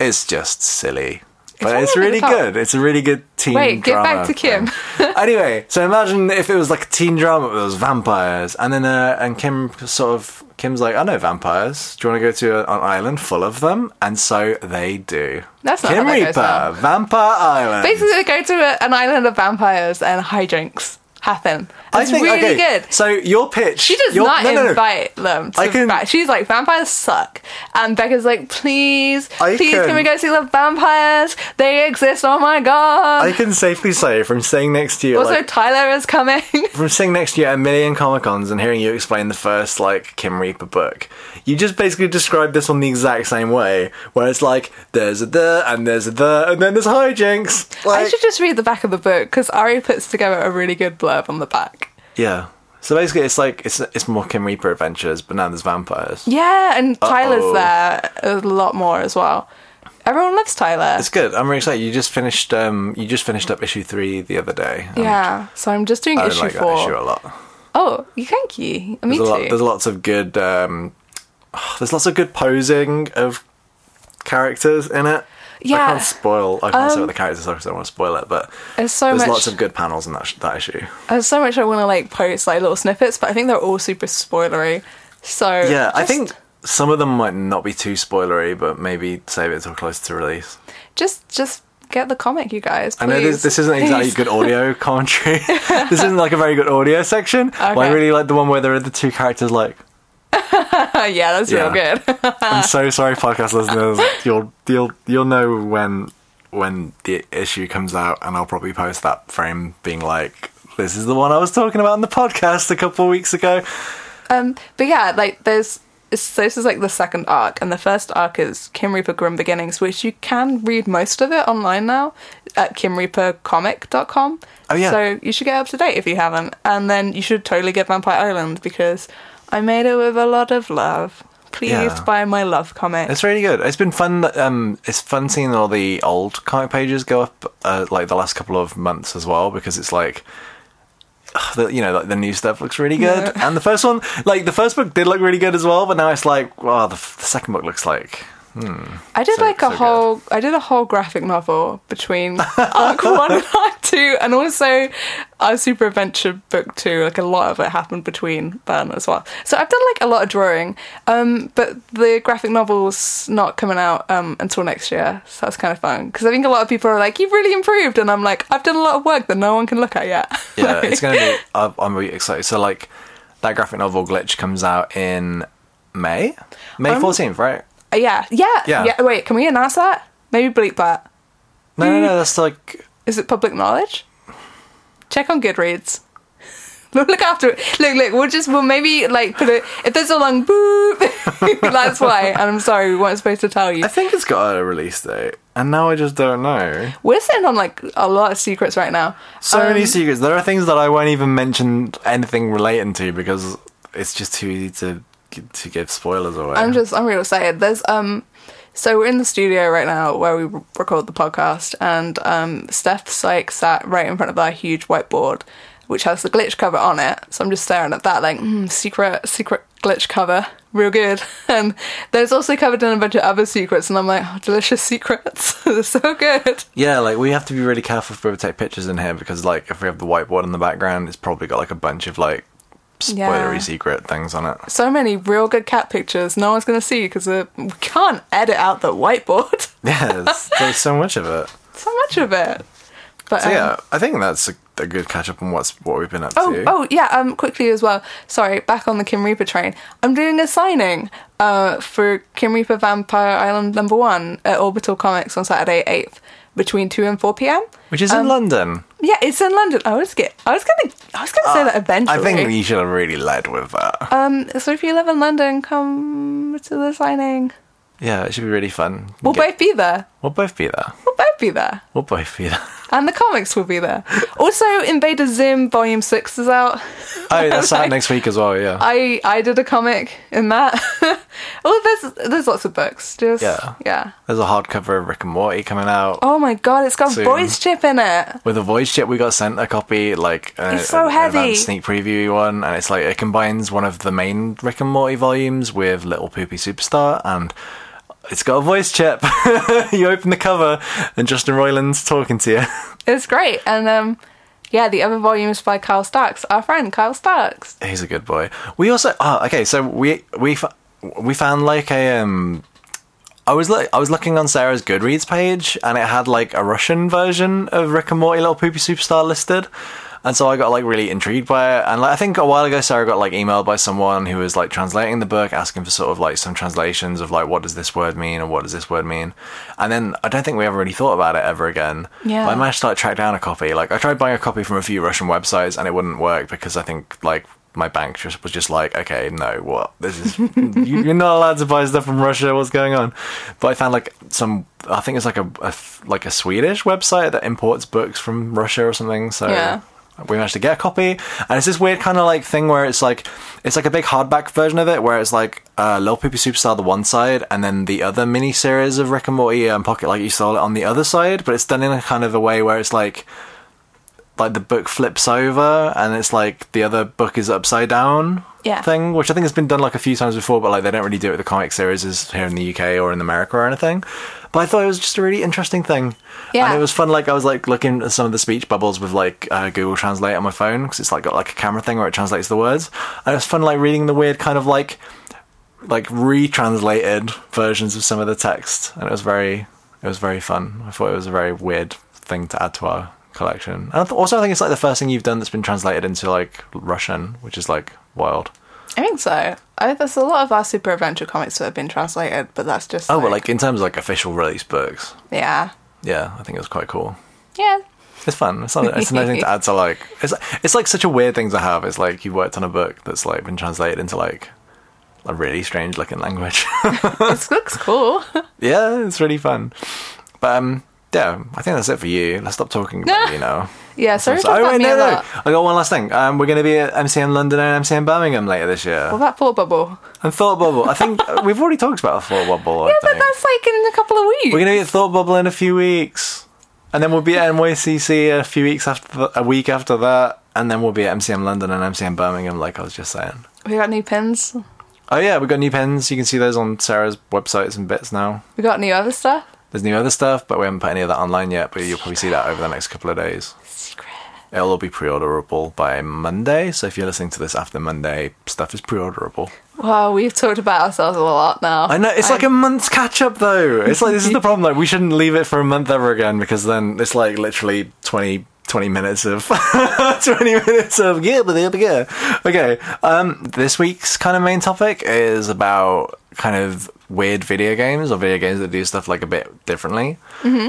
[SPEAKER 1] it's just silly, but
[SPEAKER 2] all
[SPEAKER 1] it's
[SPEAKER 2] over the
[SPEAKER 1] really
[SPEAKER 2] top.
[SPEAKER 1] good. It's a really good teen.
[SPEAKER 2] Wait, get back
[SPEAKER 1] drama
[SPEAKER 2] to Kim.
[SPEAKER 1] thing. anyway, so imagine if it was like a teen drama with those vampires, and then uh, and Kim sort of Kim's like, I know vampires. Do you want to go to a, an island full of them? And so they do.
[SPEAKER 2] That's not
[SPEAKER 1] Kim
[SPEAKER 2] how that goes
[SPEAKER 1] Reaper,
[SPEAKER 2] down.
[SPEAKER 1] Vampire Island.
[SPEAKER 2] Basically, they go to a, an island of vampires and hijinks happen. It's really good.
[SPEAKER 1] So your pitch,
[SPEAKER 2] She does
[SPEAKER 1] your,
[SPEAKER 2] not
[SPEAKER 1] no, no, no.
[SPEAKER 2] invite them to
[SPEAKER 1] I can-
[SPEAKER 2] va- She's like, vampires suck. And Becca's like, please,
[SPEAKER 1] I
[SPEAKER 2] please, can...
[SPEAKER 1] can-
[SPEAKER 2] we go see the vampires? They exist, oh my god.
[SPEAKER 1] I can safely say from sitting next to you,
[SPEAKER 2] also,
[SPEAKER 1] like,
[SPEAKER 2] Tyler is coming.
[SPEAKER 1] from sitting next to you at a million Comic Cons and hearing you explain the first like Kim Reaper book, you just basically described this one the exact same way, where it's like there's a the and there's a the and then there's hijinks. Like,
[SPEAKER 2] I should just read the back of the book because Ari puts together a really good blurb on the back.
[SPEAKER 1] yeah. So basically, it's like it's it's more Kim Reaper adventures, but now there's vampires.
[SPEAKER 2] Yeah, and
[SPEAKER 1] Uh-oh.
[SPEAKER 2] Tyler's there a lot more as well. Everyone loves Tyler.
[SPEAKER 1] It's good. I'm really excited. You just finished um you just finished up issue three the other day. Um,
[SPEAKER 2] yeah, so I'm just doing
[SPEAKER 1] I really
[SPEAKER 2] issue
[SPEAKER 1] like
[SPEAKER 2] four.
[SPEAKER 1] that issue a lot.
[SPEAKER 2] Oh, you thank you. Me
[SPEAKER 1] There's
[SPEAKER 2] too.
[SPEAKER 1] a lot, there's lots of good um, there's lots of good posing of characters in it. I
[SPEAKER 2] Yeah. um,
[SPEAKER 1] can't spoil. I can't say what the characters are because I don't want to spoil it. But
[SPEAKER 2] There's so
[SPEAKER 1] there's
[SPEAKER 2] much.
[SPEAKER 1] lots of good panels in that sh- that issue.
[SPEAKER 2] There's so much I want to like post like little snippets, but I think they're all super spoilery. So
[SPEAKER 1] Yeah, I
[SPEAKER 2] just-
[SPEAKER 1] think some of them might not be too spoilery, but maybe save it till close to release.
[SPEAKER 2] just just get the comic, you guys.
[SPEAKER 1] I know this,
[SPEAKER 2] please.
[SPEAKER 1] this isn't exactly
[SPEAKER 2] Please.
[SPEAKER 1] good audio commentary. this isn't like a very good audio section. but I
[SPEAKER 2] Okay.
[SPEAKER 1] really like the one where there are the two characters like.
[SPEAKER 2] yeah, that's real
[SPEAKER 1] Yeah.
[SPEAKER 2] good.
[SPEAKER 1] I'm so sorry, podcast listeners. You'll you'll you'll know when when the issue comes out, and I'll probably post that frame being like, "This is the one I was talking about in the podcast a couple of weeks ago."
[SPEAKER 2] Um, but yeah, like there's it's- so this is like the second arc, and the first arc is Kim Reaper Grim Beginnings, which you can read most of it online now at kimreapercomic.com.
[SPEAKER 1] Oh, yeah.
[SPEAKER 2] So you should get up to date if you haven't, and then you should totally get Vampire Island because I made it with a lot of love. Please
[SPEAKER 1] Yeah.
[SPEAKER 2] buy my love comic.
[SPEAKER 1] It's really good. It's been fun. Um, it's fun seeing all the old comic pages go up, uh, like the last couple of months as well, because it's like, ugh, the, you know, like the new stuff looks really good, and the first one, like the first book, did look really good as well. But now it's like, wow, the, f- the second book looks like.
[SPEAKER 2] I did
[SPEAKER 1] so-
[SPEAKER 2] like
[SPEAKER 1] so
[SPEAKER 2] a
[SPEAKER 1] good.
[SPEAKER 2] whole I did a whole graphic novel between arc one and arc two and also our super adventure book two. Like a lot of it happened between then as well. So I've done like a lot of drawing. Um but the graphic novel's not coming out um until next year. So that's kind of fun. Because I think a lot of people are like, You've really improved and I'm like, I've done a lot of work that no one can look at yet.
[SPEAKER 1] Yeah,
[SPEAKER 2] Like-
[SPEAKER 1] it's gonna be. I'm I'm really excited. So like, that graphic novel glitch comes out in May, May fourteenth, right?
[SPEAKER 2] yeah. yeah.
[SPEAKER 1] Yeah.
[SPEAKER 2] Yeah. Wait, can we announce that? Maybe bleep that.
[SPEAKER 1] mm, No, no, no. That's like
[SPEAKER 2] Is it public knowledge? Check on Goodreads. Look, look after it. Look, look. We'll just we'll maybe like put it. If there's a long boop, that's why. And I'm sorry, we weren't supposed to tell you.
[SPEAKER 1] I think it's got a release date, and now I just don't know.
[SPEAKER 2] We're sitting on like a lot of secrets right now.
[SPEAKER 1] So
[SPEAKER 2] Um,
[SPEAKER 1] many secrets. There are things that I won't even mention anything relating to because it's just too easy to to give spoilers away.
[SPEAKER 2] I'm just I'm real excited. There's um so we're in the studio right now where we r- record the podcast and um Steph Sykes sat right in front of our huge whiteboard which has the glitch cover on it. So I'm just staring at that like mm, secret secret glitch cover. Real good. And there's also covered in a bunch of other secrets and I'm like, oh, delicious secrets. They're so good.
[SPEAKER 1] yeah, like we have to be really careful if we ever take pictures in here because like if we have the whiteboard in the background, it's probably got like a bunch of like spoilery
[SPEAKER 2] Yeah.
[SPEAKER 1] secret things on it.
[SPEAKER 2] So many real good cat pictures no one's going to see because we can't edit out the whiteboard.
[SPEAKER 1] Yeah, there's, there's so much of it.
[SPEAKER 2] so much of it. But
[SPEAKER 1] So
[SPEAKER 2] um,
[SPEAKER 1] yeah, I think that's a, a good catch up on what's what we've been up
[SPEAKER 2] Oh,
[SPEAKER 1] to.
[SPEAKER 2] oh yeah. Um, quickly as well. Sorry, back on the Kim Reaper train. I'm doing a signing. Uh, for Kim Reaper Vampire Island number one at Orbital Comics on Saturday eighth between two and four p.m.
[SPEAKER 1] Which
[SPEAKER 2] um,
[SPEAKER 1] is in London.
[SPEAKER 2] Yeah, it's in London. I was get. I was gonna. I was gonna say that eventually.
[SPEAKER 1] Uh, I think you should have really led with that.
[SPEAKER 2] Um. So if you live in London, come to the signing.
[SPEAKER 1] yeah, it should be really fun.
[SPEAKER 2] We'll
[SPEAKER 1] Get-
[SPEAKER 2] both be there.
[SPEAKER 1] we'll both be there.
[SPEAKER 2] We'll both be there.
[SPEAKER 1] We'll both be there.
[SPEAKER 2] And the comics will be there. Also, Invader Zim Volume Six is out.
[SPEAKER 1] Oh, that's out next week as well. Yeah.
[SPEAKER 2] I I did a comic in that. oh, there's there's lots of books. Just
[SPEAKER 1] Yeah.
[SPEAKER 2] yeah.
[SPEAKER 1] There's a hardcover of Rick and Morty coming out
[SPEAKER 2] Oh my god, it's got
[SPEAKER 1] Soon.
[SPEAKER 2] voice chip in it.
[SPEAKER 1] with a voice chip. We got sent a copy, like a,
[SPEAKER 2] It's so
[SPEAKER 1] an
[SPEAKER 2] heavy.
[SPEAKER 1] advanced sneak preview one, and it's like it combines one of the main Rick and Morty volumes with Little Poopy Superstar, and it's got a voice chip. you open the cover, and Justin Roiland's talking to you.
[SPEAKER 2] It's great. And um, yeah, the other volume is by Kyle Starks, our friend Kyle Starks.
[SPEAKER 1] He's a good boy. We also oh, okay. So we we fo- we found like a um. I was look, I was looking on Sarah's Goodreads page, and it had like a Russian version of Rick and Morty Little Poopy Superstar listed, and so I got like really intrigued by it. And like, I think a while ago, Sarah got like emailed by someone who was like translating the book, asking for sort of like some translations of like what does this word mean and what does this word mean, and then I don't think we ever really thought about it ever again.
[SPEAKER 2] Yeah.
[SPEAKER 1] But I managed to like track down a copy. Like I tried buying a copy from a few Russian websites and it wouldn't work because I think like my bank just was just like, okay, no, what this is, you, you're not allowed to buy stuff from Russia. What's going on? But I found like some, I think it's like a, a f- like a Swedish website that imports books from Russia or something. So
[SPEAKER 2] Yeah.
[SPEAKER 1] we managed to get a copy and it's this weird kind of like thing where it's like it's like a big hardback version of it where it's like uh little Poopy superstar the one side and then the other mini series of rick and morty and pocket like you saw it on the other side but it's done in a kind of a way where it's like like the book flips over and it's like the other book is upside down
[SPEAKER 2] Yeah.
[SPEAKER 1] thing which i think has been done like a few times before but like they don't really do it with the comic series is here in the uk or in america or anything but i thought it was just a really interesting thing
[SPEAKER 2] Yeah.
[SPEAKER 1] and it was fun like i was like looking at some of the speech bubbles with like uh, google translate on my phone because it's like got like a camera thing where it translates the words and it was fun like reading the weird kind of like like retranslated versions of some of the text, and it was very it was very fun. I thought it was a very weird thing to add to our collection. And I th- also, I think it's like the first thing you've done that's been translated into like Russian, which is like wild.
[SPEAKER 2] I think so. I, there's a lot of our super adventure comics that have been translated, but that's just
[SPEAKER 1] Oh, but like in terms of like official release books,
[SPEAKER 2] yeah,
[SPEAKER 1] yeah, I think it was quite cool.
[SPEAKER 2] yeah,
[SPEAKER 1] It's fun. It's, not, it's a nice thing to add to like it's it's like such a weird thing to have. It's like you worked on a book that's like been translated into like a really strange looking language.
[SPEAKER 2] it looks cool.
[SPEAKER 1] yeah, it's really fun. But um, yeah, I think that's it for you. Let's stop talking about you now.
[SPEAKER 2] yeah, sorry
[SPEAKER 1] So-
[SPEAKER 2] about
[SPEAKER 1] oh, wait,
[SPEAKER 2] me
[SPEAKER 1] no,
[SPEAKER 2] a
[SPEAKER 1] no.
[SPEAKER 2] lot.
[SPEAKER 1] I got one last thing. Um, we're going to be at MCM London and MCM Birmingham later this year.
[SPEAKER 2] Well, that thought bubble.
[SPEAKER 1] and Thought Bubble. I think uh, we've already talked about Thought Bubble.
[SPEAKER 2] Yeah, but that's like in a couple of weeks.
[SPEAKER 1] we're going to be at Thought Bubble in a few weeks, and then we'll be at NYCC a few weeks after th- a week after that, and then we'll be at MCM London and MCM Birmingham. Like I was just saying.
[SPEAKER 2] we got new pins.
[SPEAKER 1] Oh yeah, we got new pens. You can see those on Sarah's websites and bits now.
[SPEAKER 2] We got new other stuff.
[SPEAKER 1] There's new other stuff, but we haven't put any of that online yet. But you'll probably see that over the next couple of days.
[SPEAKER 2] Secret.
[SPEAKER 1] It'll all be pre-orderable by Monday. So if you're listening to this after Monday, stuff is pre-orderable.
[SPEAKER 2] Wow, we've talked about ourselves a lot now.
[SPEAKER 1] I know it's like a month's catch-up though. It's like this is the problem. Like we shouldn't leave it for a month ever again because then it's like literally 20, 20 minutes of twenty minutes of yeah, but yeah, but yeah. Okay. Um, this week's kind of main topic is about
[SPEAKER 2] Mm-hmm.
[SPEAKER 1] kind of weird video games or video games that do stuff like a bit differently.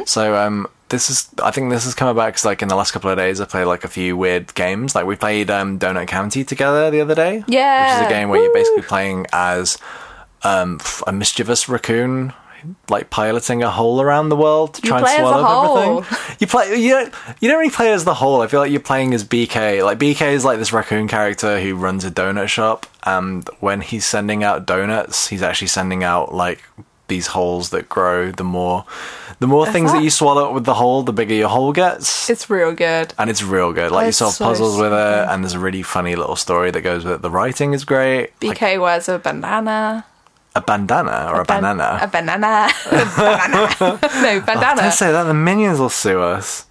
[SPEAKER 1] So um. this is I think this has come about because like in the last couple of days I played like a few weird games. Like we played um, Donut County together the other day. which
[SPEAKER 2] Yeah.
[SPEAKER 1] is a game where you're
[SPEAKER 2] Woo.
[SPEAKER 1] basically playing as um, a mischievous raccoon. Like piloting a hole around the world to try
[SPEAKER 2] play as
[SPEAKER 1] and
[SPEAKER 2] a
[SPEAKER 1] swallow
[SPEAKER 2] hole.
[SPEAKER 1] everything. You play you don't you don't really play as the whole. I feel like you're playing as BK. Like BK is like this raccoon character who runs a donut shop, and when he's sending out donuts, he's actually sending out like these holes that grow. The more the more things that
[SPEAKER 2] that-
[SPEAKER 1] you swallow with the hole, the bigger your hole gets.
[SPEAKER 2] It's real good.
[SPEAKER 1] and it's real good. Like you
[SPEAKER 2] It's
[SPEAKER 1] solve
[SPEAKER 2] so
[SPEAKER 1] puzzles with it, and there's a really funny little story that goes with it. The writing is great. Like
[SPEAKER 2] BK wears a bandana.
[SPEAKER 1] a bandana or a,
[SPEAKER 2] Ban-
[SPEAKER 1] banana. Oh,
[SPEAKER 2] A banana. banana. no,
[SPEAKER 1] Did I
[SPEAKER 2] bandana.
[SPEAKER 1] say that the minions will sue us.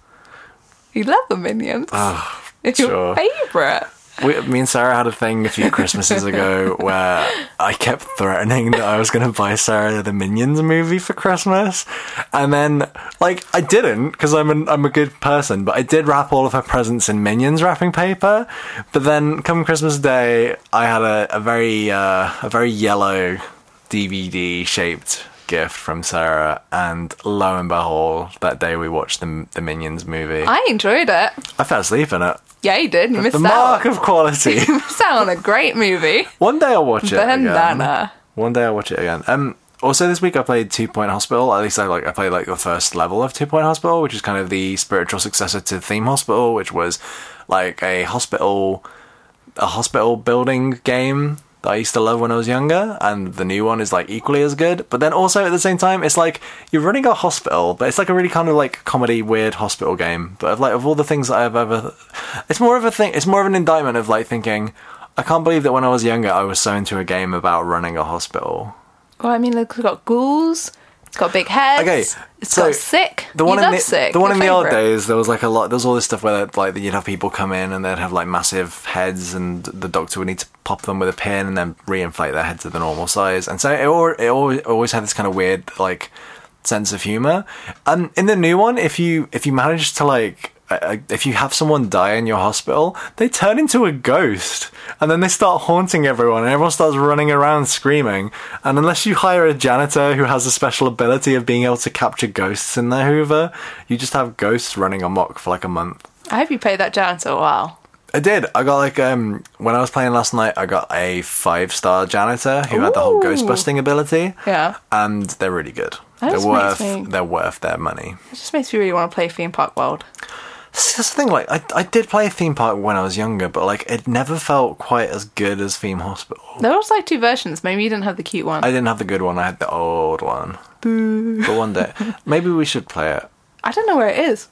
[SPEAKER 2] you love the minions. it's
[SPEAKER 1] Oh, sure.
[SPEAKER 2] your favourite.
[SPEAKER 1] We, me and Sarah had a thing a few Christmases ago where I kept threatening that I was going to buy Sarah the Minions movie for Christmas, and then like I didn't because I'm an, I'm a good person, but I did wrap all of her presents in Minions wrapping paper. But then come Christmas Day, I had a, a very uh, a very yellow DVD shaped gift from Sarah, and lo and behold, that day we watched the the Minions movie. I,
[SPEAKER 2] I enjoyed it.
[SPEAKER 1] fell asleep in it.
[SPEAKER 2] Yeah, you did. You
[SPEAKER 1] The
[SPEAKER 2] missed
[SPEAKER 1] mark
[SPEAKER 2] out.
[SPEAKER 1] of quality.
[SPEAKER 2] You missed out on a great movie.
[SPEAKER 1] One day I'll watch it. Again.
[SPEAKER 2] Bandana.
[SPEAKER 1] One day I'll watch it again. Um. Also, this week I played Two Point Hospital. At least I like I played like the first level of Two Point Hospital, which is kind of the spiritual successor to Theme Hospital, which was like a hospital, a hospital building game that I used to love when I was younger, and the new one is like equally as good. But then also at the same time, it's like you're running a hospital, but it's like a really kind of like comedy weird hospital game. But of like of all the things that I've ever, it's more of a thing. It's more of an indictment of like thinking. I can't believe that when I was younger, I was so into a game about running a hospital.
[SPEAKER 2] Well, I mean, look, it's got ghouls. It's got big heads.
[SPEAKER 1] Okay,
[SPEAKER 2] Okay, it's
[SPEAKER 1] so
[SPEAKER 2] got sick.
[SPEAKER 1] The one
[SPEAKER 2] you
[SPEAKER 1] in
[SPEAKER 2] love
[SPEAKER 1] the
[SPEAKER 2] sick.
[SPEAKER 1] the one
[SPEAKER 2] your
[SPEAKER 1] in the old
[SPEAKER 2] favourite.
[SPEAKER 1] days, there was like a lot. There was all this stuff where like you'd have people come in and they'd have like massive heads, and the doctor would need to pop them with a pin and then reinflate their head to the normal size. And so it, al- it always always had this kind of weird like sense of humor. And in the new one, if you if you manage to like. uh, If you have someone die in your hospital, they turn into a ghost, and then they start haunting everyone, and everyone starts running around screaming. And unless you hire a janitor who has a special ability of being able to capture ghosts in their Hoover, you just have ghosts running amok for like a month.
[SPEAKER 2] I hope you played that janitor a while.
[SPEAKER 1] I did. I got like um when I was playing last night, I got a five star janitor who had the whole
[SPEAKER 2] Ooh.
[SPEAKER 1] ghost busting ability.
[SPEAKER 2] Yeah.
[SPEAKER 1] and they're really good.
[SPEAKER 2] That
[SPEAKER 1] they're
[SPEAKER 2] just
[SPEAKER 1] worth
[SPEAKER 2] makes me-
[SPEAKER 1] they're worth their money.
[SPEAKER 2] It just makes me really want to play Theme Park World.
[SPEAKER 1] See, that's the thing. Like I I did play theme park when I was younger, but like it never felt quite as good as Theme Hospital.
[SPEAKER 2] There was like two versions. Maybe you didn't have the cute one.
[SPEAKER 1] I
[SPEAKER 2] I,
[SPEAKER 1] didn't have the good one. I had the old one. Boo. But one day, maybe we should play it.
[SPEAKER 2] don't know where it is.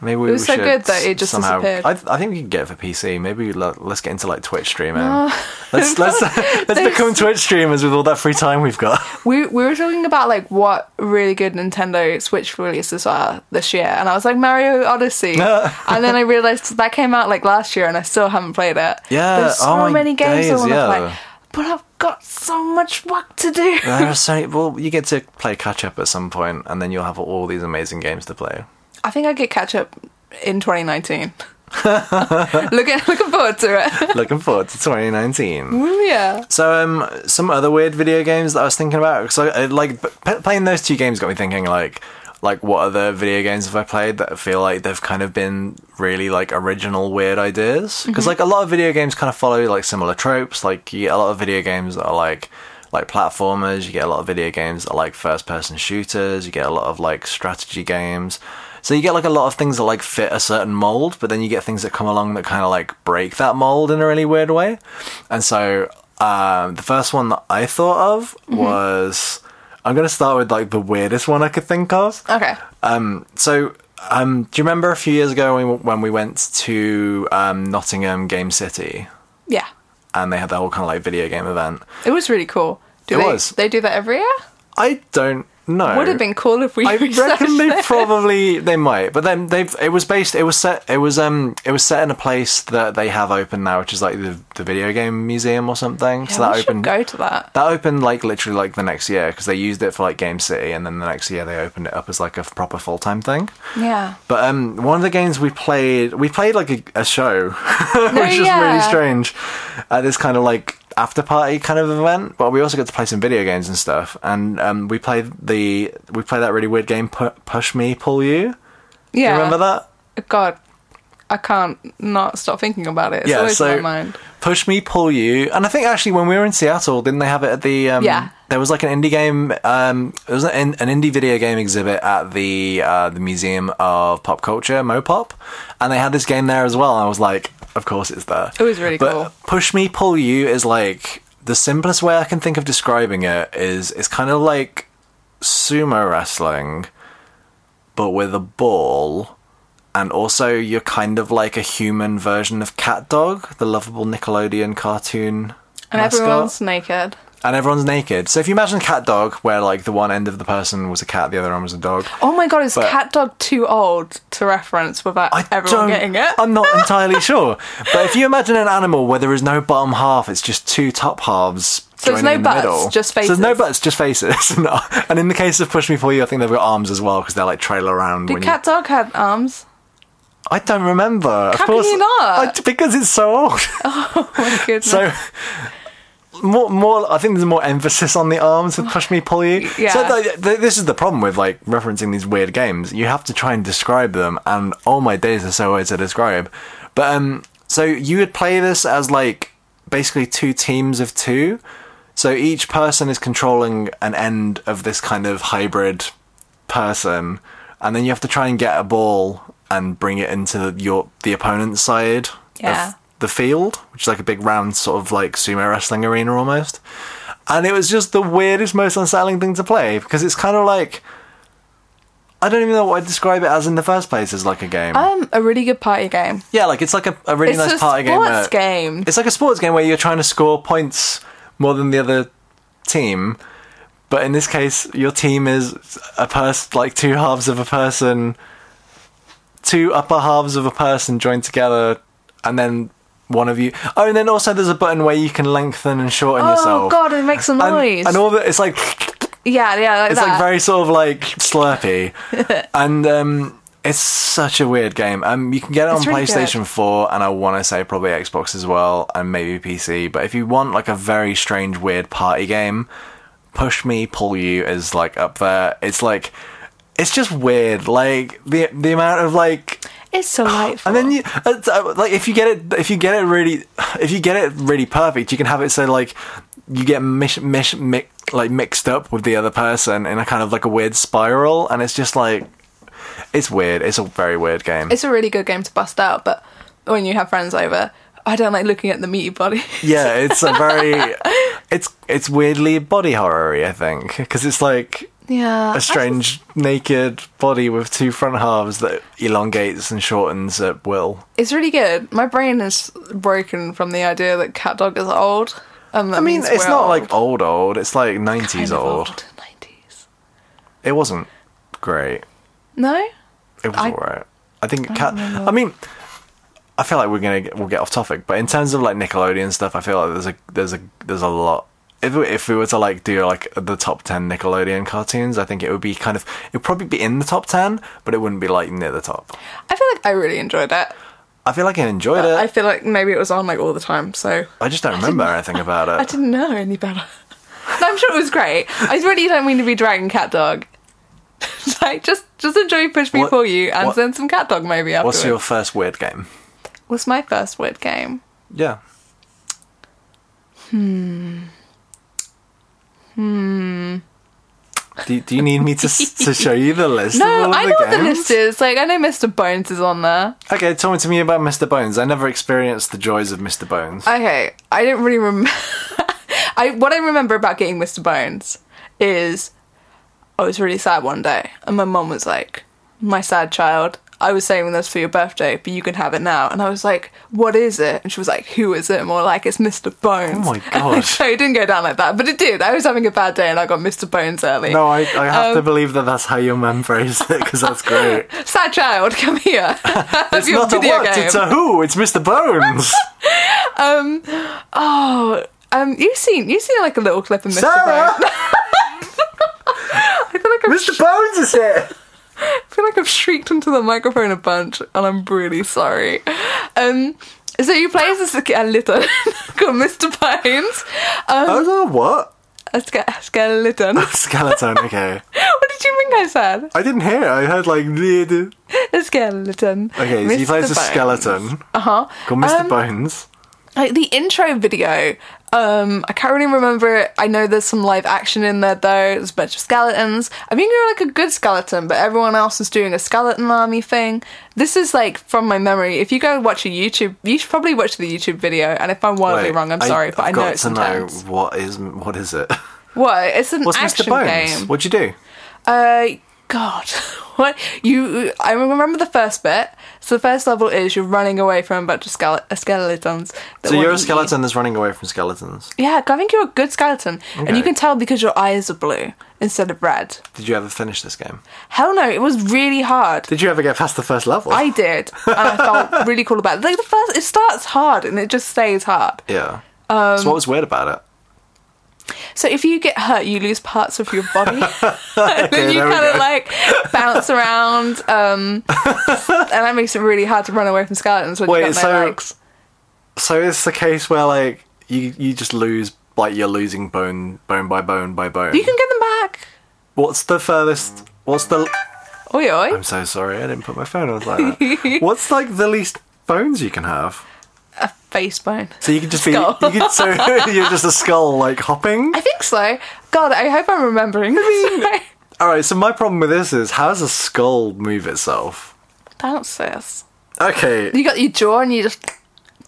[SPEAKER 1] Maybe we,
[SPEAKER 2] It was
[SPEAKER 1] we
[SPEAKER 2] so
[SPEAKER 1] should
[SPEAKER 2] good that it just
[SPEAKER 1] somehow,
[SPEAKER 2] disappeared.
[SPEAKER 1] I, I think we could get it for PC. Maybe lo- let's get into like Twitch streaming.
[SPEAKER 2] No.
[SPEAKER 1] Let's let's let's
[SPEAKER 2] There's-
[SPEAKER 1] become Twitch streamers with all that free time we've got.
[SPEAKER 2] We we were talking about like what really good Nintendo Switch releases are this year, and I was like Mario Odyssey, and then I realized that came out like last year, and I still haven't played it.
[SPEAKER 1] Yeah,
[SPEAKER 2] there's so
[SPEAKER 1] oh my
[SPEAKER 2] many games I
[SPEAKER 1] days,
[SPEAKER 2] want to
[SPEAKER 1] yeah.
[SPEAKER 2] play, but I've got so much work to do.
[SPEAKER 1] There are so well, you get to play catch up at some point, and then you'll have all these amazing games to play.
[SPEAKER 2] I think I get catch up in 2019. looking looking forward to it.
[SPEAKER 1] Looking forward to 2019.
[SPEAKER 2] Ooh, yeah.
[SPEAKER 1] So, um, some other weird video games that I was thinking about. So, uh, like, p- p- playing those two games got me thinking, like, like what other video games have I played that feel like they've kind of been really like original weird ideas? Because like a lot of video games kind of follow like similar tropes. Like you get a lot of video games that are like like platformers. You get a lot of video games that are like first person shooters. You get a lot of like strategy games. So you get like a lot of things that like fit a certain mold, but then you get things that come along that kind of like break that mold in a really weird way. And so um, the first one that I thought of
[SPEAKER 2] Mm-hmm.
[SPEAKER 1] was I'm gonna start with like the weirdest one I could think of.
[SPEAKER 2] Okay.
[SPEAKER 1] Um, so um, do you remember a few years ago when we, when we went to um, Nottingham Game City
[SPEAKER 2] Yeah.
[SPEAKER 1] and they had that whole kind of like video game event?
[SPEAKER 2] It was really cool. Do
[SPEAKER 1] It
[SPEAKER 2] they,
[SPEAKER 1] was.
[SPEAKER 2] They do that every year?
[SPEAKER 1] I don't know.
[SPEAKER 2] Would have been cool if we
[SPEAKER 1] I
[SPEAKER 2] researched
[SPEAKER 1] reckon they
[SPEAKER 2] it.
[SPEAKER 1] probably they might, but then they've it was based it was set it was um it was set in a place that they have open now, which is like the the video game museum or something.
[SPEAKER 2] Yeah,
[SPEAKER 1] so that
[SPEAKER 2] we should
[SPEAKER 1] opened
[SPEAKER 2] go to that.
[SPEAKER 1] That opened like literally like the next year because they used it for like Game City, and then the next year they opened it up as like a f- proper full time thing.
[SPEAKER 2] Yeah.
[SPEAKER 1] But um, one of the games we played, we played like a, a show, which is really
[SPEAKER 2] yeah.
[SPEAKER 1] strange at this kind of like after party kind of event. But we also got to play some video games and stuff, and um, we played the we played that really weird game Pu- Push Me Pull You.
[SPEAKER 2] Yeah.
[SPEAKER 1] You remember that?
[SPEAKER 2] God, I can't not stop thinking about it. It's
[SPEAKER 1] yeah.
[SPEAKER 2] always
[SPEAKER 1] So
[SPEAKER 2] in my mind.
[SPEAKER 1] push me, pull you, and I think actually when we were in Seattle, didn't they have it at the? Um,
[SPEAKER 2] Yeah.
[SPEAKER 1] There was like an indie game. Um, it was an, an indie video game exhibit at the uh, the Museum of Pop Culture, Mopop, and they had this game there as well. And I was like, of course it's there.
[SPEAKER 2] It was really
[SPEAKER 1] But
[SPEAKER 2] cool.
[SPEAKER 1] Push me, pull you is like the simplest way I can think of describing it is it's kind of like sumo wrestling, but with a ball. And also, you're kind of like a human version of Cat Dog, the lovable Nickelodeon cartoon
[SPEAKER 2] And
[SPEAKER 1] mascot.
[SPEAKER 2] everyone's naked.
[SPEAKER 1] and everyone's naked. So if you imagine Cat Dog, where like the one end of the person was a cat, the other one was a dog.
[SPEAKER 2] Oh my god, is
[SPEAKER 1] But-
[SPEAKER 2] Cat Dog too old to reference without
[SPEAKER 1] I
[SPEAKER 2] everyone
[SPEAKER 1] don't,
[SPEAKER 2] getting it?
[SPEAKER 1] I'm not entirely sure. But if you imagine an animal where there is no bottom half, it's just two top halves.
[SPEAKER 2] So there's
[SPEAKER 1] joining
[SPEAKER 2] no
[SPEAKER 1] in the
[SPEAKER 2] butts,
[SPEAKER 1] middle.
[SPEAKER 2] just
[SPEAKER 1] So there's no
[SPEAKER 2] faces.
[SPEAKER 1] butts, just faces. No. And in the case of Push Me For You, I think they've got arms as well because they're like trail around.
[SPEAKER 2] Did
[SPEAKER 1] when
[SPEAKER 2] Cat Dog have arms?
[SPEAKER 1] you... I don't remember. of
[SPEAKER 2] can
[SPEAKER 1] course,
[SPEAKER 2] you not?
[SPEAKER 1] I- because it's so old.
[SPEAKER 2] Oh, My goodness.
[SPEAKER 1] So more, more. I think there's more emphasis on the arms with push me, pull you.
[SPEAKER 2] Yeah.
[SPEAKER 1] So th- th- this is the problem with like referencing these weird games. You have to try and describe them, and all my days are so hard to describe. But um, so you would play this as like basically two teams of two. So each person is controlling an end of this kind of hybrid person, and then you have to try and get a ball and bring it into the, your the opponent's side
[SPEAKER 2] Yeah.
[SPEAKER 1] of the field, which is like a big round sort of like sumo wrestling arena almost. And it was just the weirdest, most unsettling thing to play because it's kind of like I don't even know what I'd describe it as in the first place as like a game.
[SPEAKER 2] um, a really good party game.
[SPEAKER 1] yeah, like it's like a, a really
[SPEAKER 2] It's
[SPEAKER 1] nice
[SPEAKER 2] a
[SPEAKER 1] party game.
[SPEAKER 2] sports
[SPEAKER 1] where-
[SPEAKER 2] game.
[SPEAKER 1] It's like a sports game where you're trying to score points more than the other team. But in this case, your team is a person, like two halves of a person, two upper halves of a person joined together, and then one of you. Oh, and then also there's a button where you can lengthen and shorten
[SPEAKER 2] Oh
[SPEAKER 1] yourself.
[SPEAKER 2] god, it makes a
[SPEAKER 1] And-
[SPEAKER 2] noise.
[SPEAKER 1] And, all that it's like
[SPEAKER 2] yeah, yeah, like
[SPEAKER 1] it's
[SPEAKER 2] that.
[SPEAKER 1] like very sort of like slurpy, and um, it's such a weird game. Um, you can get it
[SPEAKER 2] It's
[SPEAKER 1] on
[SPEAKER 2] really
[SPEAKER 1] PlayStation Four, and I want to say probably Xbox as well, and maybe PC. But if you want like a very strange, weird party game, Push Me, Pull You is like up there. It's like. It's just weird, like the the amount of like
[SPEAKER 2] it's delightful.
[SPEAKER 1] and then you uh, uh, like if you get it if you get it really if you get it really perfect, you can have it so like you get mish, mish, mi like mixed up with the other person in a kind of like a weird spiral, and it's just like it's weird. It's a very weird game.
[SPEAKER 2] it's a really good game to bust out, but when you have friends over, I don't like looking at the meaty body.
[SPEAKER 1] yeah, it's a very it's it's weirdly body horror I think because it's like
[SPEAKER 2] yeah.
[SPEAKER 1] a strange naked body with two front halves that elongates and shortens at will.
[SPEAKER 2] It's really good. My brain is broken from the idea that Cat Dog is old. And that
[SPEAKER 1] I mean,
[SPEAKER 2] means
[SPEAKER 1] it's
[SPEAKER 2] we're
[SPEAKER 1] not
[SPEAKER 2] old.
[SPEAKER 1] like old old. It's like
[SPEAKER 2] Kind
[SPEAKER 1] nineties
[SPEAKER 2] of
[SPEAKER 1] old.
[SPEAKER 2] 90s.
[SPEAKER 1] It wasn't great.
[SPEAKER 2] No?
[SPEAKER 1] It was
[SPEAKER 2] I-
[SPEAKER 1] alright. I think cat. I mean, I feel like we're gonna get, we'll get off topic, but in terms of like Nickelodeon stuff, I feel like there's a there's a there's a lot. If we, if we were to like do like the top ten Nickelodeon cartoons, I think it would be kind of it would probably be in the top ten, but it wouldn't be like near the top.
[SPEAKER 2] I feel like I really enjoyed it.
[SPEAKER 1] I feel like I enjoyed
[SPEAKER 2] I
[SPEAKER 1] it.
[SPEAKER 2] feel like maybe it was on like all the time, so
[SPEAKER 1] I, just don't remember anything about
[SPEAKER 2] I
[SPEAKER 1] it.
[SPEAKER 2] didn't know any better. No, I'm sure it was great. I really don't mean to be dragging Cat Dog. like, just just enjoy Push Me
[SPEAKER 1] What-
[SPEAKER 2] For You and
[SPEAKER 1] what-
[SPEAKER 2] send some Cat Dog maybe afterwards.
[SPEAKER 1] What's your first weird game?
[SPEAKER 2] What's my first word game?
[SPEAKER 1] Yeah, hmm. Hmm. Do, do you need me to s- to show you the list? of
[SPEAKER 2] No,
[SPEAKER 1] all of
[SPEAKER 2] I
[SPEAKER 1] the
[SPEAKER 2] know what the
[SPEAKER 1] games?
[SPEAKER 2] list is. Like, I know Mr. Bones is on there.
[SPEAKER 1] Okay, tell me to me about Mr. Bones. I never experienced the joys of Mr. Bones.
[SPEAKER 2] Okay, I don't really remember. I what I remember about getting Mr. Bones is I was really sad one day, and my mum was like, "My sad child, I was saving this for your birthday, but you can have it now." And I was like, "What is it?" And she was like, "Who is it?" More like, "It's Mr. Bones."
[SPEAKER 1] Oh my
[SPEAKER 2] And
[SPEAKER 1] God.
[SPEAKER 2] so it didn't go down like that, but it did. I was having a bad day, and I got Mr. Bones early.
[SPEAKER 1] no, I, I have
[SPEAKER 2] Um,
[SPEAKER 1] to believe that that's how your mum phrased it because that's great.
[SPEAKER 2] sad child, come here. Have
[SPEAKER 1] It's
[SPEAKER 2] your
[SPEAKER 1] not a
[SPEAKER 2] video
[SPEAKER 1] what,
[SPEAKER 2] game.
[SPEAKER 1] it's a who, it's Mr. Bones.
[SPEAKER 2] Oh, um, you've seen you've seen like a little clip of Mr.
[SPEAKER 1] Sarah!
[SPEAKER 2] Bones. I feel like I'm
[SPEAKER 1] Mr. Bones is here!
[SPEAKER 2] I feel like I've shrieked into the microphone a bunch, and I'm really sorry. Um, so you play as a, ske- a little called Mr. Bones, um,
[SPEAKER 1] I was like, what?
[SPEAKER 2] a, ske- a skeleton.
[SPEAKER 1] Skeleton, okay.
[SPEAKER 2] what did you think I said?
[SPEAKER 1] I didn't hear it. I heard like, "Bleh, bleh."
[SPEAKER 2] the skeleton.
[SPEAKER 1] Okay, so he
[SPEAKER 2] Mr.
[SPEAKER 1] plays a
[SPEAKER 2] Bones.
[SPEAKER 1] skeleton
[SPEAKER 2] Uh-huh.
[SPEAKER 1] called Mr.
[SPEAKER 2] Um,
[SPEAKER 1] Bones.
[SPEAKER 2] like the intro video um i can't really remember it. i know there's some live action in there though there's a bunch of skeletons i think you're like a good skeleton but everyone else is doing a skeleton army thing this is like from my memory if you go watch a youtube you should probably watch the youtube video and if i'm wildly
[SPEAKER 1] Wait,
[SPEAKER 2] wrong i'm sorry but
[SPEAKER 1] I've
[SPEAKER 2] i know
[SPEAKER 1] got
[SPEAKER 2] it's
[SPEAKER 1] to know
[SPEAKER 2] intense
[SPEAKER 1] what is what is it?
[SPEAKER 2] what it's an
[SPEAKER 1] What's
[SPEAKER 2] action
[SPEAKER 1] Mr. Bones?
[SPEAKER 2] game
[SPEAKER 1] What'd you do?
[SPEAKER 2] uh, God, what you? I remember the first bit. So the first level is you're running away from a bunch of skele- uh, skeletons. that
[SPEAKER 1] So
[SPEAKER 2] want
[SPEAKER 1] you're a
[SPEAKER 2] to eat you.
[SPEAKER 1] skeleton that's running away from skeletons.
[SPEAKER 2] Yeah, I think you're a good skeleton, and
[SPEAKER 1] Okay.
[SPEAKER 2] you can tell because your eyes are blue instead of red.
[SPEAKER 1] Did you ever finish this game?
[SPEAKER 2] Hell no, it was really hard.
[SPEAKER 1] Did you ever get past the first level?
[SPEAKER 2] I did, and I felt really cool about it. Like the first, it starts hard and it just stays hard.
[SPEAKER 1] yeah.
[SPEAKER 2] um,
[SPEAKER 1] so what was weird about it?
[SPEAKER 2] So if you get hurt, you lose parts of your body, and then you
[SPEAKER 1] there we
[SPEAKER 2] kind of
[SPEAKER 1] go.
[SPEAKER 2] like bounce around, um, and that makes it really hard to run away from skeletons when
[SPEAKER 1] Wait,
[SPEAKER 2] you got no
[SPEAKER 1] so-
[SPEAKER 2] legs.
[SPEAKER 1] So it's the case where like you you just lose like you're losing bone bone by bone by bone.
[SPEAKER 2] You can get them back.
[SPEAKER 1] What's the furthest? What's the?
[SPEAKER 2] Oi oi!
[SPEAKER 1] I'm so sorry, I didn't put my phone on like that. What's like the least bones you can have?
[SPEAKER 2] A face bone.
[SPEAKER 1] So you could just
[SPEAKER 2] Skull.
[SPEAKER 1] be you could, so you're just a skull like hopping.
[SPEAKER 2] I think so. God, I hope I'm remembering. this right.
[SPEAKER 1] All right. So my problem with this is how does a skull move itself?
[SPEAKER 2] Bounce this.
[SPEAKER 1] Okay.
[SPEAKER 2] You got your jaw and you just.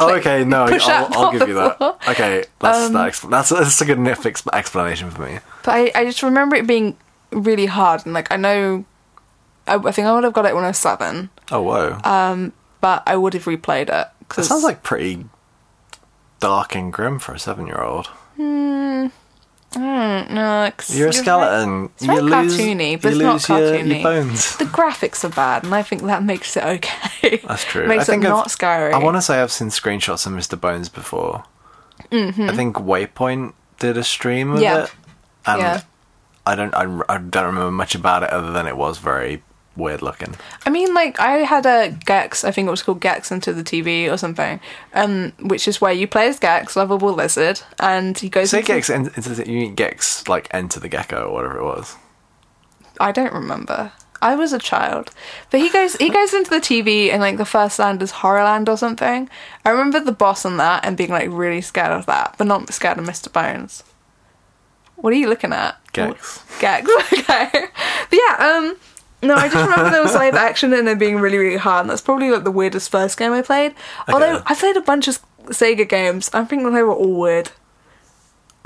[SPEAKER 1] Oh, okay. No,
[SPEAKER 2] push
[SPEAKER 1] I'll,
[SPEAKER 2] up
[SPEAKER 1] I'll
[SPEAKER 2] on
[SPEAKER 1] give
[SPEAKER 2] the
[SPEAKER 1] you that.
[SPEAKER 2] floor. Um,
[SPEAKER 1] Okay. That's that expl- that's that's a good enough ex- explanation for me.
[SPEAKER 2] But I, I just remember it being really hard and like I know. I, I think I would have got it when I was seven,
[SPEAKER 1] Oh whoa.
[SPEAKER 2] Uh, but I would have replayed it.
[SPEAKER 1] It
[SPEAKER 2] Cause
[SPEAKER 1] sounds like pretty dark and grim for a seven-year-old.
[SPEAKER 2] no, 'cause
[SPEAKER 1] You're
[SPEAKER 2] it
[SPEAKER 1] a
[SPEAKER 2] was
[SPEAKER 1] skeleton.
[SPEAKER 2] It's very
[SPEAKER 1] you lose,
[SPEAKER 2] cartoony, but
[SPEAKER 1] you
[SPEAKER 2] it's
[SPEAKER 1] lose
[SPEAKER 2] not
[SPEAKER 1] your-
[SPEAKER 2] cartoony.
[SPEAKER 1] Your, bones.
[SPEAKER 2] The graphics are bad, and I think that makes it okay.
[SPEAKER 1] That's true.
[SPEAKER 2] makes
[SPEAKER 1] I think
[SPEAKER 2] it
[SPEAKER 1] I've-
[SPEAKER 2] not scary.
[SPEAKER 1] I want to say I've seen screenshots of Mr. Bones before. I think Waypoint did a stream of
[SPEAKER 2] Mm-hmm. Yeah.
[SPEAKER 1] it, and
[SPEAKER 2] Yeah.
[SPEAKER 1] I don't, I, I don't remember much about it other than it was very weird looking.
[SPEAKER 2] I mean, like I had a Gex. I think it was called Gex into the TV or something, um, which is where you play as Gex, lovable lizard, and he goes.
[SPEAKER 1] Say
[SPEAKER 2] into-
[SPEAKER 1] Gex, and and- and- you mean Gex like Enter the Gecko or whatever it was.
[SPEAKER 2] I don't remember. I was a child, but he goes. He goes into the TV, and like the first land is Horrorland or something. I remember the boss on that and being like really scared of that, but not scared of Mr. Bones. What are you looking at?
[SPEAKER 1] Gex.
[SPEAKER 2] Gags. Okay. But yeah, um no, I just remember there was live action and it being really, really hard, and that's probably like the weirdest first game I played. Although
[SPEAKER 1] Okay.
[SPEAKER 2] I played a bunch of Sega games, I think they were all weird.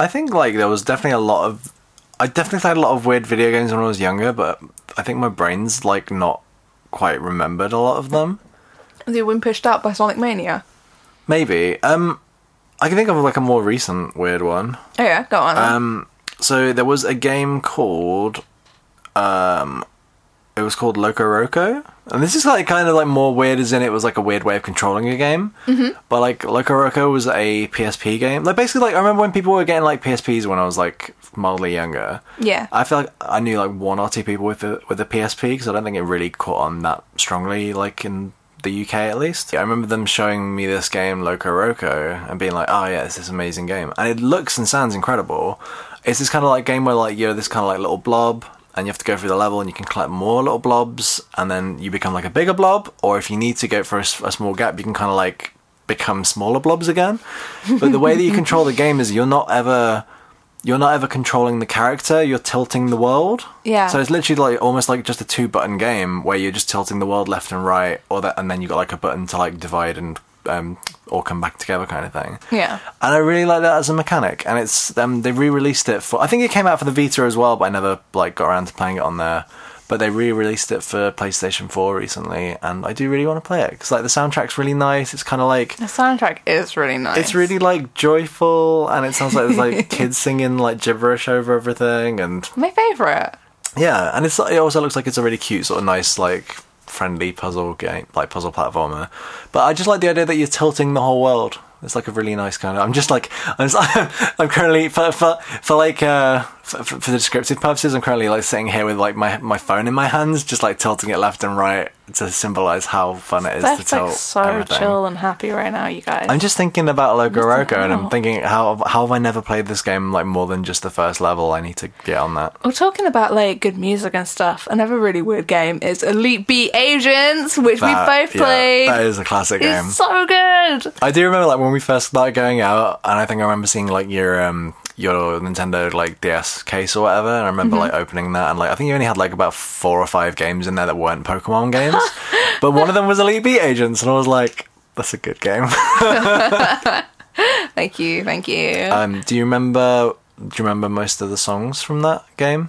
[SPEAKER 1] I think like there was definitely a lot of I definitely played a lot of weird video games when I was younger, but I think my brain's like not quite remembered a lot of them.
[SPEAKER 2] They were pushed out by Sonic Mania.
[SPEAKER 1] Maybe. Um I can think of like a more recent weird one.
[SPEAKER 2] Oh yeah, go on.
[SPEAKER 1] Um so there was a game called um it was called Loco Roco. And this is like kind of like more weird as in it was like a weird way of controlling a game. Mm-hmm. But like Loco Roco was a PSP game. Like basically like I remember when people were getting like PSPs when I was like mildly younger.
[SPEAKER 2] yeah.
[SPEAKER 1] I feel like I knew like one or two people with a, with a PSP because I don't think it really caught on that strongly, like in the UK at least. I remember them showing me this game, Loco Roco, and being like, "Oh yeah, it's this amazing game," and it looks and sounds incredible. It's this kind of like game where like you're this kind of like little blob, and you have to go through the level, and you can collect more little blobs, and then you become like a bigger blob, or if you need to go for a, s- a small gap, you can kind of like become smaller blobs again. But the way that you control the game is you're not ever you're not ever controlling the character, you're tilting the world.
[SPEAKER 2] Yeah.
[SPEAKER 1] So it's literally like almost like just a two button game where you're just tilting the world left and right, or that, and then you got like a button to like divide and um, all come back together kind of thing.
[SPEAKER 2] Yeah.
[SPEAKER 1] And I really like that as a mechanic, and it's um, they re-released it for I think it came out for the Vita as well, but I never like got around to playing it on there. But they re-released it for PlayStation 4 recently, and I do really want to play it because like the soundtrack's really nice. It's kind of like
[SPEAKER 2] the soundtrack is really nice.
[SPEAKER 1] it's really like joyful, and it sounds like there's like kids singing like gibberish over everything, and
[SPEAKER 2] my favourite.
[SPEAKER 1] yeah, and it's it also looks like it's a really cute sort of nice like friendly puzzle game, like puzzle platformer. But I just like the idea that you're tilting the whole world. It's like a really nice kind of. I'm just like I'm. Just, I'm currently for for, for like uh for, for the descriptive purposes. I'm currently like sitting here with like my my phone in my hands, just like tilting it left and right, to symbolize how fun it is to
[SPEAKER 2] Steph's
[SPEAKER 1] tell
[SPEAKER 2] like so
[SPEAKER 1] everything.
[SPEAKER 2] chill and happy right now, you guys.
[SPEAKER 1] I'm just thinking about Logoroko, and I'm
[SPEAKER 2] out.
[SPEAKER 1] thinking how how have I never played this game like more than just the first level? I need to get on that.
[SPEAKER 2] We're talking about like good music and stuff. Another really weird game is Elite Beat Agents, which
[SPEAKER 1] That-
[SPEAKER 2] we both
[SPEAKER 1] yeah,
[SPEAKER 2] played.
[SPEAKER 1] that is a classic game.
[SPEAKER 2] it's so good.
[SPEAKER 1] I do remember like when we first started going out, and I think I remember seeing like your um your Nintendo like DS case or whatever, and I remember
[SPEAKER 2] Mm-hmm.
[SPEAKER 1] like opening that, and like I think you only had like about four or five games in there that weren't Pokemon games, but one of them was Elite Beat Agents, and I was like, that's a good game.
[SPEAKER 2] Thank you, thank you.
[SPEAKER 1] um, do you remember? Do you remember most of the songs from that game?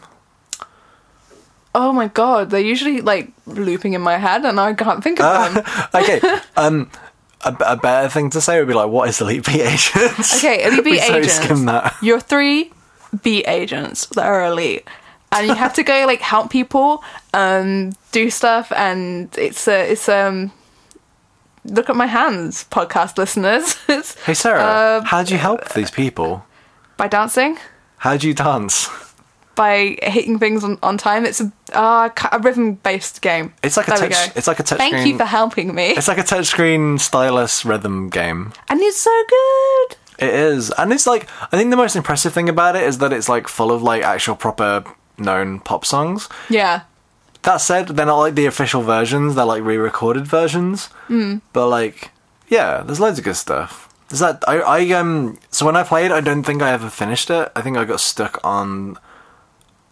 [SPEAKER 2] oh my god, they're usually like looping in my head, and I can't think of them.
[SPEAKER 1] okay. Um, a, a better thing to say would be like, what is Elite Beat Agents?
[SPEAKER 2] Okay, elite
[SPEAKER 1] We
[SPEAKER 2] beat
[SPEAKER 1] totally
[SPEAKER 2] agents.
[SPEAKER 1] skimmed that.
[SPEAKER 2] You're three beat agents that are elite, and you have to go like help people, um, do stuff, and it's a it's um. Look at my hands, podcast listeners. It's
[SPEAKER 1] Hey Sarah,
[SPEAKER 2] Uh,
[SPEAKER 1] how do you help these people?
[SPEAKER 2] by dancing,
[SPEAKER 1] How do you dance?
[SPEAKER 2] by hitting things on, on time. It's a, uh, a rhythm based game.
[SPEAKER 1] It's like a
[SPEAKER 2] There we
[SPEAKER 1] touch-
[SPEAKER 2] go.
[SPEAKER 1] it's like a touch
[SPEAKER 2] Thank
[SPEAKER 1] screen-
[SPEAKER 2] you for helping me.
[SPEAKER 1] It's like a touchscreen stylus rhythm game.
[SPEAKER 2] and it's so good.
[SPEAKER 1] It is, and it's like I think the most impressive thing about it is that it's like full of like actual proper known pop songs.
[SPEAKER 2] Yeah.
[SPEAKER 1] That said, they're not like the official versions; they're like re-recorded versions.
[SPEAKER 2] Hmm.
[SPEAKER 1] Mm. But like, yeah, there's loads of good stuff. Is that I, I um? So when I played, I don't think I ever finished it. I think I got stuck on.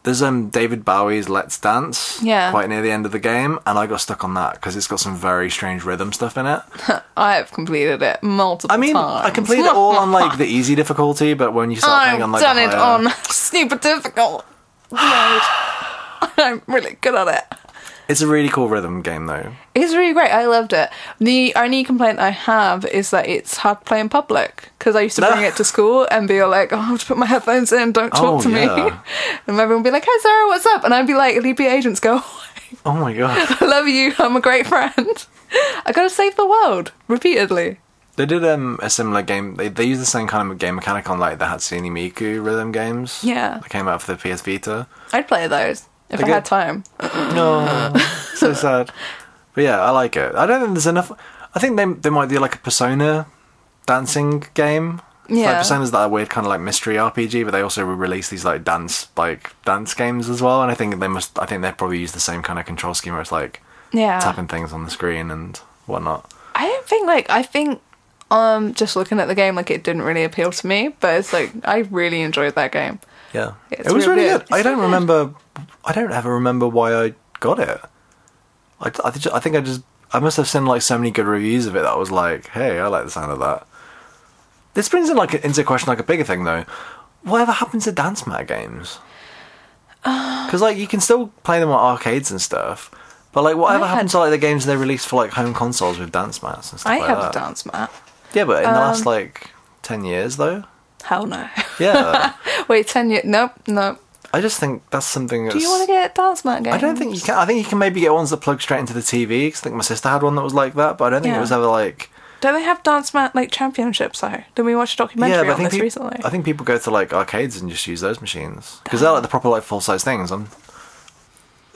[SPEAKER 1] There's um David Bowie's Let's Dance.
[SPEAKER 2] Yeah.
[SPEAKER 1] Quite near the end of the game, and I got stuck on that because it's got some very strange rhythm stuff in it.
[SPEAKER 2] I have completed it multiple
[SPEAKER 1] I mean,
[SPEAKER 2] times.
[SPEAKER 1] I completed it all on like the easy difficulty, but when you start
[SPEAKER 2] I've
[SPEAKER 1] playing on like
[SPEAKER 2] done
[SPEAKER 1] the
[SPEAKER 2] it
[SPEAKER 1] higher-
[SPEAKER 2] on super difficult. mode. I'm really good at it.
[SPEAKER 1] it's a really cool rhythm game though.
[SPEAKER 2] It's really great. I loved it. The only complaint I have is that it's hard to play in public because I used to
[SPEAKER 1] No.
[SPEAKER 2] bring it to school and be like, "Oh, I have to put my headphones in. Don't talk
[SPEAKER 1] Oh,
[SPEAKER 2] to me."
[SPEAKER 1] yeah.
[SPEAKER 2] And everyone would be like, "Hey, Sarah, what's up?" And I'd be like, "Leave agents go. away.
[SPEAKER 1] Oh my god,
[SPEAKER 2] I love you. I'm a great friend. I gotta save the world repeatedly."
[SPEAKER 1] they did um a similar game. They they used the same kind of game mechanic on like the Hatsune Miku rhythm games.
[SPEAKER 2] Yeah.
[SPEAKER 1] that came out for the PS Vita.
[SPEAKER 2] I'd play those if
[SPEAKER 1] Okay.
[SPEAKER 2] I had time.
[SPEAKER 1] No, so sad. But yeah, I like it. I don't think there's enough. I think they they might do like a Persona dancing game. It's
[SPEAKER 2] Yeah.
[SPEAKER 1] like Persona's that weird kind of like mystery RPG, but they also release these like dance like dance games as well. And I think they must. I think they probably use the same kind of control scheme where it's like
[SPEAKER 2] Yeah.
[SPEAKER 1] tapping things on the screen and whatnot.
[SPEAKER 2] I don't think like I think um just looking at the game like it didn't really appeal to me, but it's like I really enjoyed that game.
[SPEAKER 1] Yeah,
[SPEAKER 2] It's
[SPEAKER 1] it was
[SPEAKER 2] real
[SPEAKER 1] really
[SPEAKER 2] good.
[SPEAKER 1] good. I
[SPEAKER 2] It's
[SPEAKER 1] don't remember. I don't ever remember why I got it. I I, ju- I think I just I must have seen like so many good reviews of it that I was like, hey, I like the sound of that. This brings in like into question like a bigger thing though. Whatever happens to dance mat games?
[SPEAKER 2] Um,
[SPEAKER 1] Because like you can still play them on arcades and stuff, but like whatever
[SPEAKER 2] I had-
[SPEAKER 1] happens to like the games they released for like home consoles with dance mats and stuff
[SPEAKER 2] I
[SPEAKER 1] like
[SPEAKER 2] have um,
[SPEAKER 1] that?
[SPEAKER 2] a dance mat.
[SPEAKER 1] Yeah, but in the last like ten years though,
[SPEAKER 2] Hell no.
[SPEAKER 1] yeah.
[SPEAKER 2] Wait, ten years? Nope, nope.
[SPEAKER 1] I just think that's something. That's,
[SPEAKER 2] Do you want to get a dance mat game?
[SPEAKER 1] I don't think you can. I think you can maybe get ones that plug straight into the TV. 'cause I think my sister had one that was like that, but I don't think
[SPEAKER 2] Yeah.
[SPEAKER 1] it was ever like.
[SPEAKER 2] Don't they have dance mat like championships though? Did we watch a documentary
[SPEAKER 1] yeah, but I
[SPEAKER 2] on
[SPEAKER 1] think
[SPEAKER 2] this
[SPEAKER 1] peop-
[SPEAKER 2] recently?
[SPEAKER 1] I think people go to like arcades and just use those machines because they're like the proper like full size things. I'm.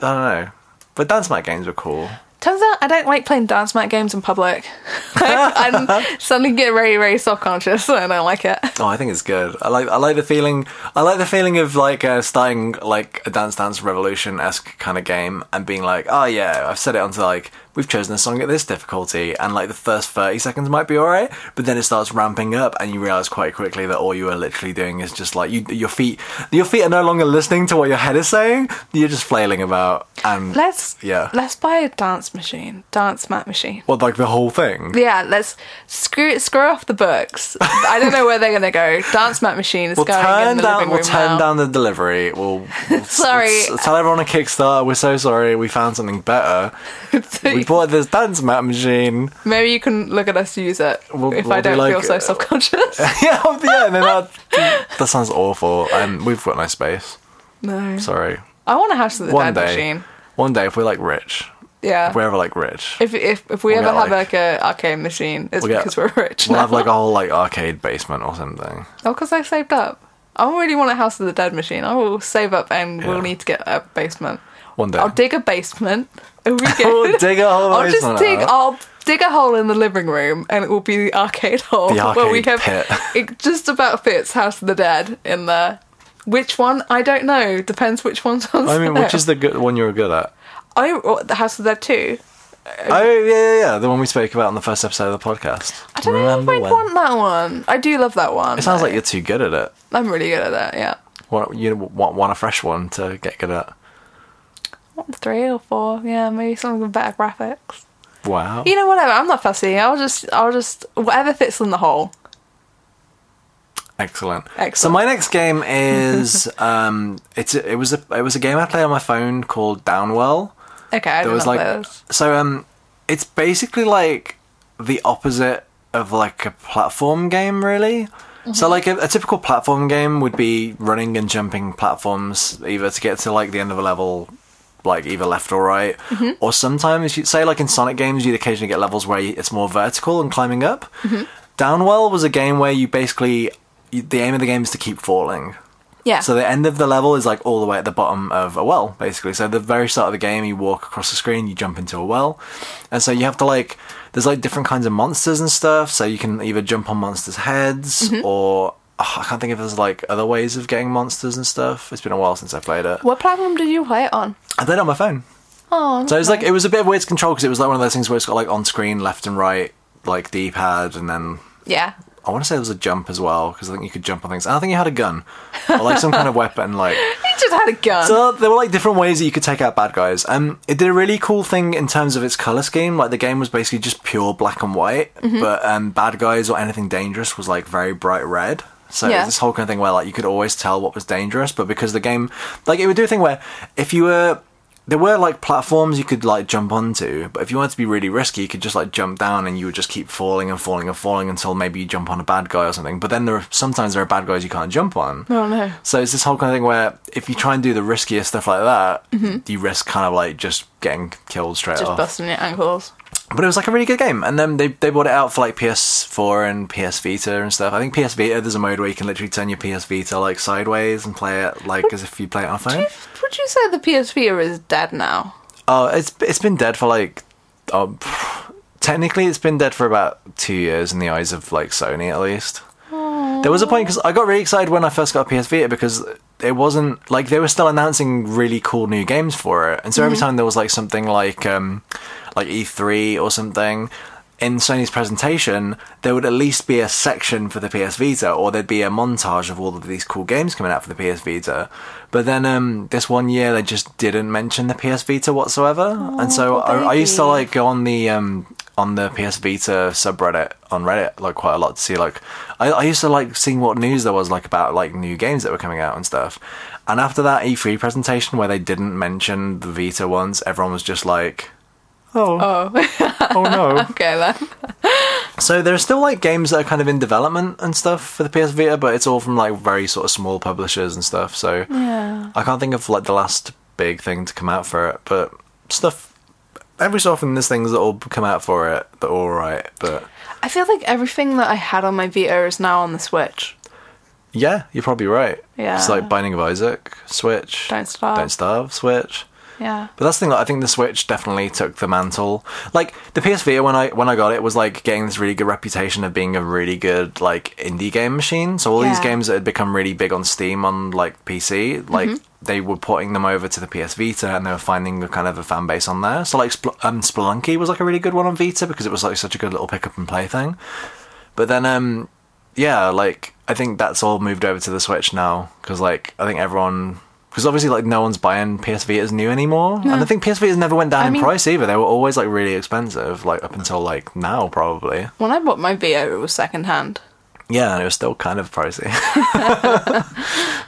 [SPEAKER 1] I don't know, but dance mat games were cool.
[SPEAKER 2] Turns out I don't like playing dance mat games in public. I'm suddenly getting very, very self conscious and I don't like it.
[SPEAKER 1] Oh, I think it's good. I like I like the feeling. I like the feeling of like uh, starting like a Dance Dance Revolution esque kind of game and being like, oh yeah, I've set it onto like we've chosen a song at this difficulty, and like the first thirty seconds might be alright, but then it starts ramping up, and you realize quite quickly that all you are literally doing is just like you, your feet. Your feet are no longer listening to what your head is saying. You're just flailing about and
[SPEAKER 2] Let's
[SPEAKER 1] Yeah.
[SPEAKER 2] Let's buy a dance machine, dance mat machine.
[SPEAKER 1] well, like the whole thing.
[SPEAKER 2] Yeah, let's screw screw off the books. I don't know where they're gonna go. Dance mat machine is
[SPEAKER 1] We'll
[SPEAKER 2] going in
[SPEAKER 1] turn
[SPEAKER 2] the
[SPEAKER 1] down.
[SPEAKER 2] living
[SPEAKER 1] We'll
[SPEAKER 2] room
[SPEAKER 1] turn
[SPEAKER 2] now.
[SPEAKER 1] down the delivery. We'll, we'll s-
[SPEAKER 2] Sorry.
[SPEAKER 1] we'll s- tell everyone on Kickstarter. We're so sorry. We found something better. we bought this dance mat machine.
[SPEAKER 2] Maybe you can look at us use it
[SPEAKER 1] We'll-
[SPEAKER 2] if I
[SPEAKER 1] we'll do
[SPEAKER 2] don't
[SPEAKER 1] like- uh,
[SPEAKER 2] feel so self conscious.
[SPEAKER 1] yeah, oh, yeah. And then that, that sounds awful. Um, we've got no space.
[SPEAKER 2] no,
[SPEAKER 1] Sorry.
[SPEAKER 2] I want to have the dad
[SPEAKER 1] One day.
[SPEAKER 2] machine.
[SPEAKER 1] One day, if we're like rich,
[SPEAKER 2] Yeah.
[SPEAKER 1] if we're ever like rich,
[SPEAKER 2] if, if if we
[SPEAKER 1] We'll
[SPEAKER 2] ever
[SPEAKER 1] get,
[SPEAKER 2] have
[SPEAKER 1] like-
[SPEAKER 2] like, a arcade machine, it's
[SPEAKER 1] We'll get-
[SPEAKER 2] because we're rich
[SPEAKER 1] we'll
[SPEAKER 2] now.
[SPEAKER 1] have like a whole like arcade basement or something.
[SPEAKER 2] Oh, because I saved up. I don't really want a House of the Dead machine. I will save up and
[SPEAKER 1] Yeah.
[SPEAKER 2] we'll need to get a basement.
[SPEAKER 1] One day.
[SPEAKER 2] I'll dig a basement, a weekend.
[SPEAKER 1] We'll dig a whole
[SPEAKER 2] I'll just
[SPEAKER 1] basement
[SPEAKER 2] dig.
[SPEAKER 1] out.
[SPEAKER 2] I'll dig a hole in the living room, and it will be the arcade hole
[SPEAKER 1] The
[SPEAKER 2] where we
[SPEAKER 1] arcade
[SPEAKER 2] have
[SPEAKER 1] pit.
[SPEAKER 2] it just about fits House of the Dead in there. Which one? I don't know. Depends which one's on.
[SPEAKER 1] I mean,
[SPEAKER 2] sale.
[SPEAKER 1] which is the good one you're good at?
[SPEAKER 2] I oh, the House of the Dead too.
[SPEAKER 1] Oh yeah, yeah, yeah, the one we spoke about in the first episode of the podcast.
[SPEAKER 2] I don't know if I want that one. I do love that one.
[SPEAKER 1] It sounds like you're too good at it.
[SPEAKER 2] I'm really good at that. Yeah,
[SPEAKER 1] Want you want, want a fresh one to get good at?
[SPEAKER 2] What, three or four. Yeah, maybe something with better graphics.
[SPEAKER 1] Wow.
[SPEAKER 2] You know, whatever. I'm not fussy. I'll just, I'll just whatever fits in the hole.
[SPEAKER 1] Excellent.
[SPEAKER 2] Excellent.
[SPEAKER 1] So my next game is um, it's a, it was a it was a game I played on my phone called Downwell.
[SPEAKER 2] Okay, I did
[SPEAKER 1] There was
[SPEAKER 2] not like,
[SPEAKER 1] like so um, it's basically like the opposite of like a platform game, really. So like a, a typical platform game would be running and jumping platforms, either to get to like the end of a level. Like either left or right, or sometimes you say like in Sonic games, you'd occasionally get levels where it's more vertical and climbing up. Downwell was a game where you basically you, the aim of the game is to keep falling.
[SPEAKER 2] Yeah.
[SPEAKER 1] So the end of the level is like all the way at the bottom of a well, basically. So the very start of the game, you walk across the screen, you jump into a well, and so you have to like there's like different kinds of monsters and stuff. So you can either jump on monsters' heads or oh, I can't think if there's like other ways of getting monsters and stuff. It's been a while since I played it.
[SPEAKER 2] what platform did you play it on?
[SPEAKER 1] I played it on my phone.
[SPEAKER 2] Oh,
[SPEAKER 1] So it was like it was a bit weird to control because it was like one of those things where it's got like on screen, left and right, like D pad, and then
[SPEAKER 2] yeah.
[SPEAKER 1] I want to say there was a jump as well because I think you could jump on things. And I think you had a gun or like some kind of weapon, like.
[SPEAKER 2] He just had a gun.
[SPEAKER 1] So there were like different ways that you could take out bad guys. Um, it did a really cool thing in terms of its color scheme. Like the game was basically just pure black and white,
[SPEAKER 2] Mm-hmm.
[SPEAKER 1] but um, bad guys or anything dangerous was like very bright red. So
[SPEAKER 2] Yeah.
[SPEAKER 1] it's this whole kind of thing where like you could always tell what was dangerous, but because the game, like it would do a thing where if you were there were like platforms you could like jump onto, but if you wanted to be really risky, you could just like jump down and you would just keep falling and falling and falling until maybe you jump on a bad guy or something. But then there are sometimes there are bad guys you can't jump on.
[SPEAKER 2] oh no.
[SPEAKER 1] So it's this whole kind of thing where if you try and do the riskier stuff like that, you risk kind of like just getting killed straight
[SPEAKER 2] Just
[SPEAKER 1] off.
[SPEAKER 2] busting your ankles.
[SPEAKER 1] But it was like a really good game, and then they they brought it out for like PS4 and PS Vita and stuff. I think PS Vita there's a mode where you can literally turn your PS Vita like sideways and play it like as if you play it on a phone.
[SPEAKER 2] Would you say the PSP is dead now?
[SPEAKER 1] Oh, it's it's been dead for like, oh, pff, technically it's been dead for about two years in the eyes of like Sony at least. There was a point because I got really excited when I first got a PS Vita because it wasn't like they were still announcing really cool new games for it, and so every time there was like something like um, like E3 or something in Sony's presentation, there would at least be a section for the PS Vita, or there'd be a montage of all of these cool games coming out for the PS Vita. But then um, this one year, they just didn't mention the PS Vita whatsoever, and so
[SPEAKER 2] poor
[SPEAKER 1] I, I used to
[SPEAKER 2] baby.
[SPEAKER 1] like like go on the um on the PS Vita subreddit on Reddit like quite a lot to see like I, I used to like seeing what news there was like about like new games that were coming out and stuff. And after that E3 presentation where they didn't mention the Vita ones, everyone was just like, "Oh,
[SPEAKER 2] Oh,
[SPEAKER 1] oh no."
[SPEAKER 2] okay then.
[SPEAKER 1] so there are still like games that are kind of in development and stuff for the PS Vita, but it's all from like very sort of small publishers and stuff. So
[SPEAKER 2] Yeah.
[SPEAKER 1] I can't think of like the last big thing to come out for it, but stuff. Every so often, there's things that will come out for it that are all right, but
[SPEAKER 2] I feel like everything that I had on my Vita is now on the Switch.
[SPEAKER 1] yeah, you're probably right.
[SPEAKER 2] Yeah.
[SPEAKER 1] it's like Binding of Isaac, Switch,
[SPEAKER 2] Don't Starve.
[SPEAKER 1] Don't Starve, Switch.
[SPEAKER 2] Yeah.
[SPEAKER 1] But that's the thing. Like, I think the Switch definitely took the mantle. Like the PS Vita, when I when I got it, was like getting this really good reputation of being a really good like indie game machine. So all these
[SPEAKER 2] Yeah.
[SPEAKER 1] games that had become really big on Steam on like PC, like
[SPEAKER 2] Mm-hmm.
[SPEAKER 1] they were porting them over to the PS Vita, and they were finding a kind of a fan base on there. So like Spl- um, Spelunky was like a really good one on Vita because it was like such a good little pick up and play thing. But then, um, yeah, like I think that's all moved over to the Switch now because, like, I think everyone because obviously, like, no one's buying PS Vitas new anymore, and I think PS Vitas never went down
[SPEAKER 2] I
[SPEAKER 1] in
[SPEAKER 2] mean-
[SPEAKER 1] price either. They were always like really expensive, like up until like now probably.
[SPEAKER 2] When I bought my Vita, it was secondhand.
[SPEAKER 1] Yeah, and it was still kind of pricey.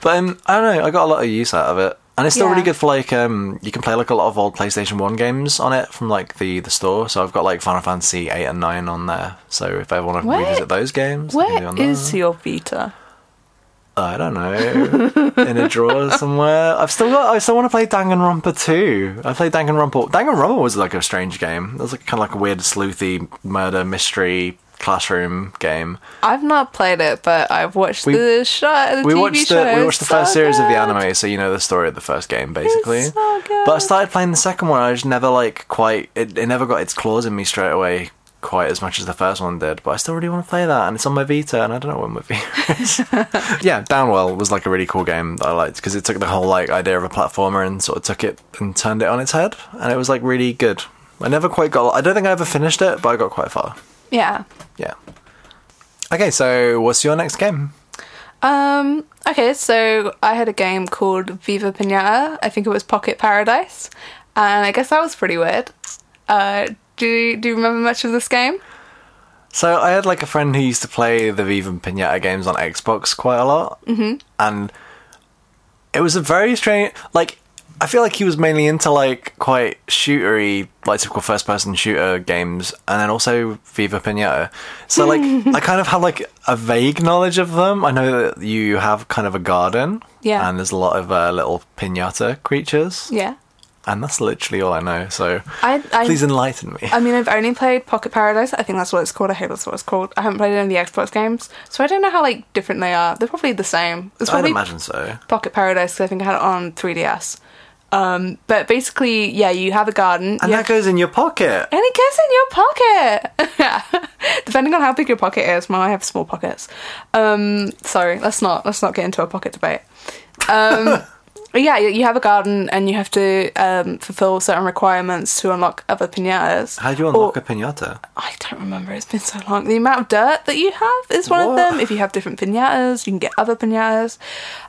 [SPEAKER 1] but um, I don't know. I got a lot of use out of it, and it's still
[SPEAKER 2] Yeah.
[SPEAKER 1] really good for like um, you can play like a lot of old PlayStation One games on it from like the the store. So I've got like Final Fantasy eight and nine on there. So if I want to
[SPEAKER 2] Where-
[SPEAKER 1] revisit those games, I can do
[SPEAKER 2] Where
[SPEAKER 1] on there.
[SPEAKER 2] is your Vita?
[SPEAKER 1] I don't know. In a drawer somewhere. I've still got. I still want to play Danganronpa 2. I played Danganronpa. Danganronpa was like a strange game. It was like kind of like a weird sleuthy murder mystery classroom game.
[SPEAKER 2] I've not played it, but I've watched
[SPEAKER 1] We-
[SPEAKER 2] the shot. The
[SPEAKER 1] we
[SPEAKER 2] TV
[SPEAKER 1] watched
[SPEAKER 2] show.
[SPEAKER 1] the we watched the
[SPEAKER 2] It's so
[SPEAKER 1] first series of the
[SPEAKER 2] good.
[SPEAKER 1] anime, so you know the story of the first game basically.
[SPEAKER 2] It's so good.
[SPEAKER 1] But I started playing the second one. I just never like quite. It, it never got its claws in me straight away quite as much as the first one did. But I still really want to play that, and it's on my Vita, and I don't know when my Vita is. yeah, Downwell was like a really cool game that I liked because it took the whole like idea of a platformer and sort of took it and turned it on its head, and it was like really good. I never quite got. I don't think I ever finished it, but I got quite far.
[SPEAKER 2] yeah.
[SPEAKER 1] Yeah. Okay, so what's your next game?
[SPEAKER 2] Um, okay, so I had a game called Viva Pinata. I think it was Pocket Paradise, and I guess that was pretty weird. Uh, do you, do you remember much of this game?
[SPEAKER 1] So I had like a friend who used to play the Viva Pinata games on Xbox quite a lot, mm-hmm. and it was a very strange. Like, I feel like he was mainly into like quite shootery, like typical first-person shooter games, and then also Viva Pinata. So like, I kind of had like a vague knowledge of them. I know that you have kind of a garden,
[SPEAKER 2] Yeah.
[SPEAKER 1] and there's a lot of uh, little pinata creatures,
[SPEAKER 2] Yeah,
[SPEAKER 1] and that's literally all I know. So
[SPEAKER 2] I I,
[SPEAKER 1] please enlighten me.
[SPEAKER 2] I mean I've only played Pocket Paradise. I think that's what it's called. I hope that's what it's called. I haven't played any of the Xbox games, so I don't know how like different they are. They're probably the same. It's
[SPEAKER 1] I'd
[SPEAKER 2] probably
[SPEAKER 1] imagine so.
[SPEAKER 2] Pocket Paradise 'cause I think I had it on 3DS. Um, but basically, yeah, you have a garden.
[SPEAKER 1] And
[SPEAKER 2] you
[SPEAKER 1] that goes in your pocket.
[SPEAKER 2] And it goes in your pocket. Depending on how big your pocket is, well, I have small pockets. Um, sorry, let's not let's not get into a pocket debate. Um, but yeah, you you have a garden and you have to um, fulfill certain requirements to unlock other pinatas.
[SPEAKER 1] How do you unlock
[SPEAKER 2] Oh,
[SPEAKER 1] a pinata?
[SPEAKER 2] I don't remember. It's been so long. The amount of dirt that you have is one
[SPEAKER 1] What?
[SPEAKER 2] of them. If you have different pinatas, you can get other pinatas.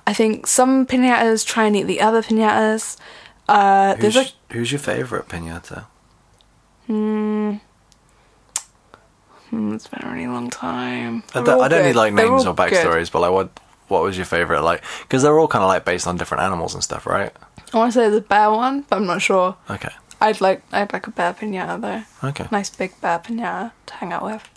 [SPEAKER 2] I think some pinatas try and eat the other pinatas. Uh,
[SPEAKER 1] Who's,
[SPEAKER 2] there's a
[SPEAKER 1] who's your favorite pinata?
[SPEAKER 2] Hmm, it's been a really long time.
[SPEAKER 1] I
[SPEAKER 2] They're
[SPEAKER 1] don't,
[SPEAKER 2] all
[SPEAKER 1] I don't need
[SPEAKER 2] good.
[SPEAKER 1] like
[SPEAKER 2] They're
[SPEAKER 1] names
[SPEAKER 2] all
[SPEAKER 1] or
[SPEAKER 2] good.
[SPEAKER 1] backstories, but like what what was your favorite? Like because they're all kind of like based on different animals and stuff, right?
[SPEAKER 2] I want to say the bear one, but I'm not sure.
[SPEAKER 1] Okay,
[SPEAKER 2] I'd like I'd like a bear pinata though.
[SPEAKER 1] okay.
[SPEAKER 2] Nice big bear pinata to hang out with.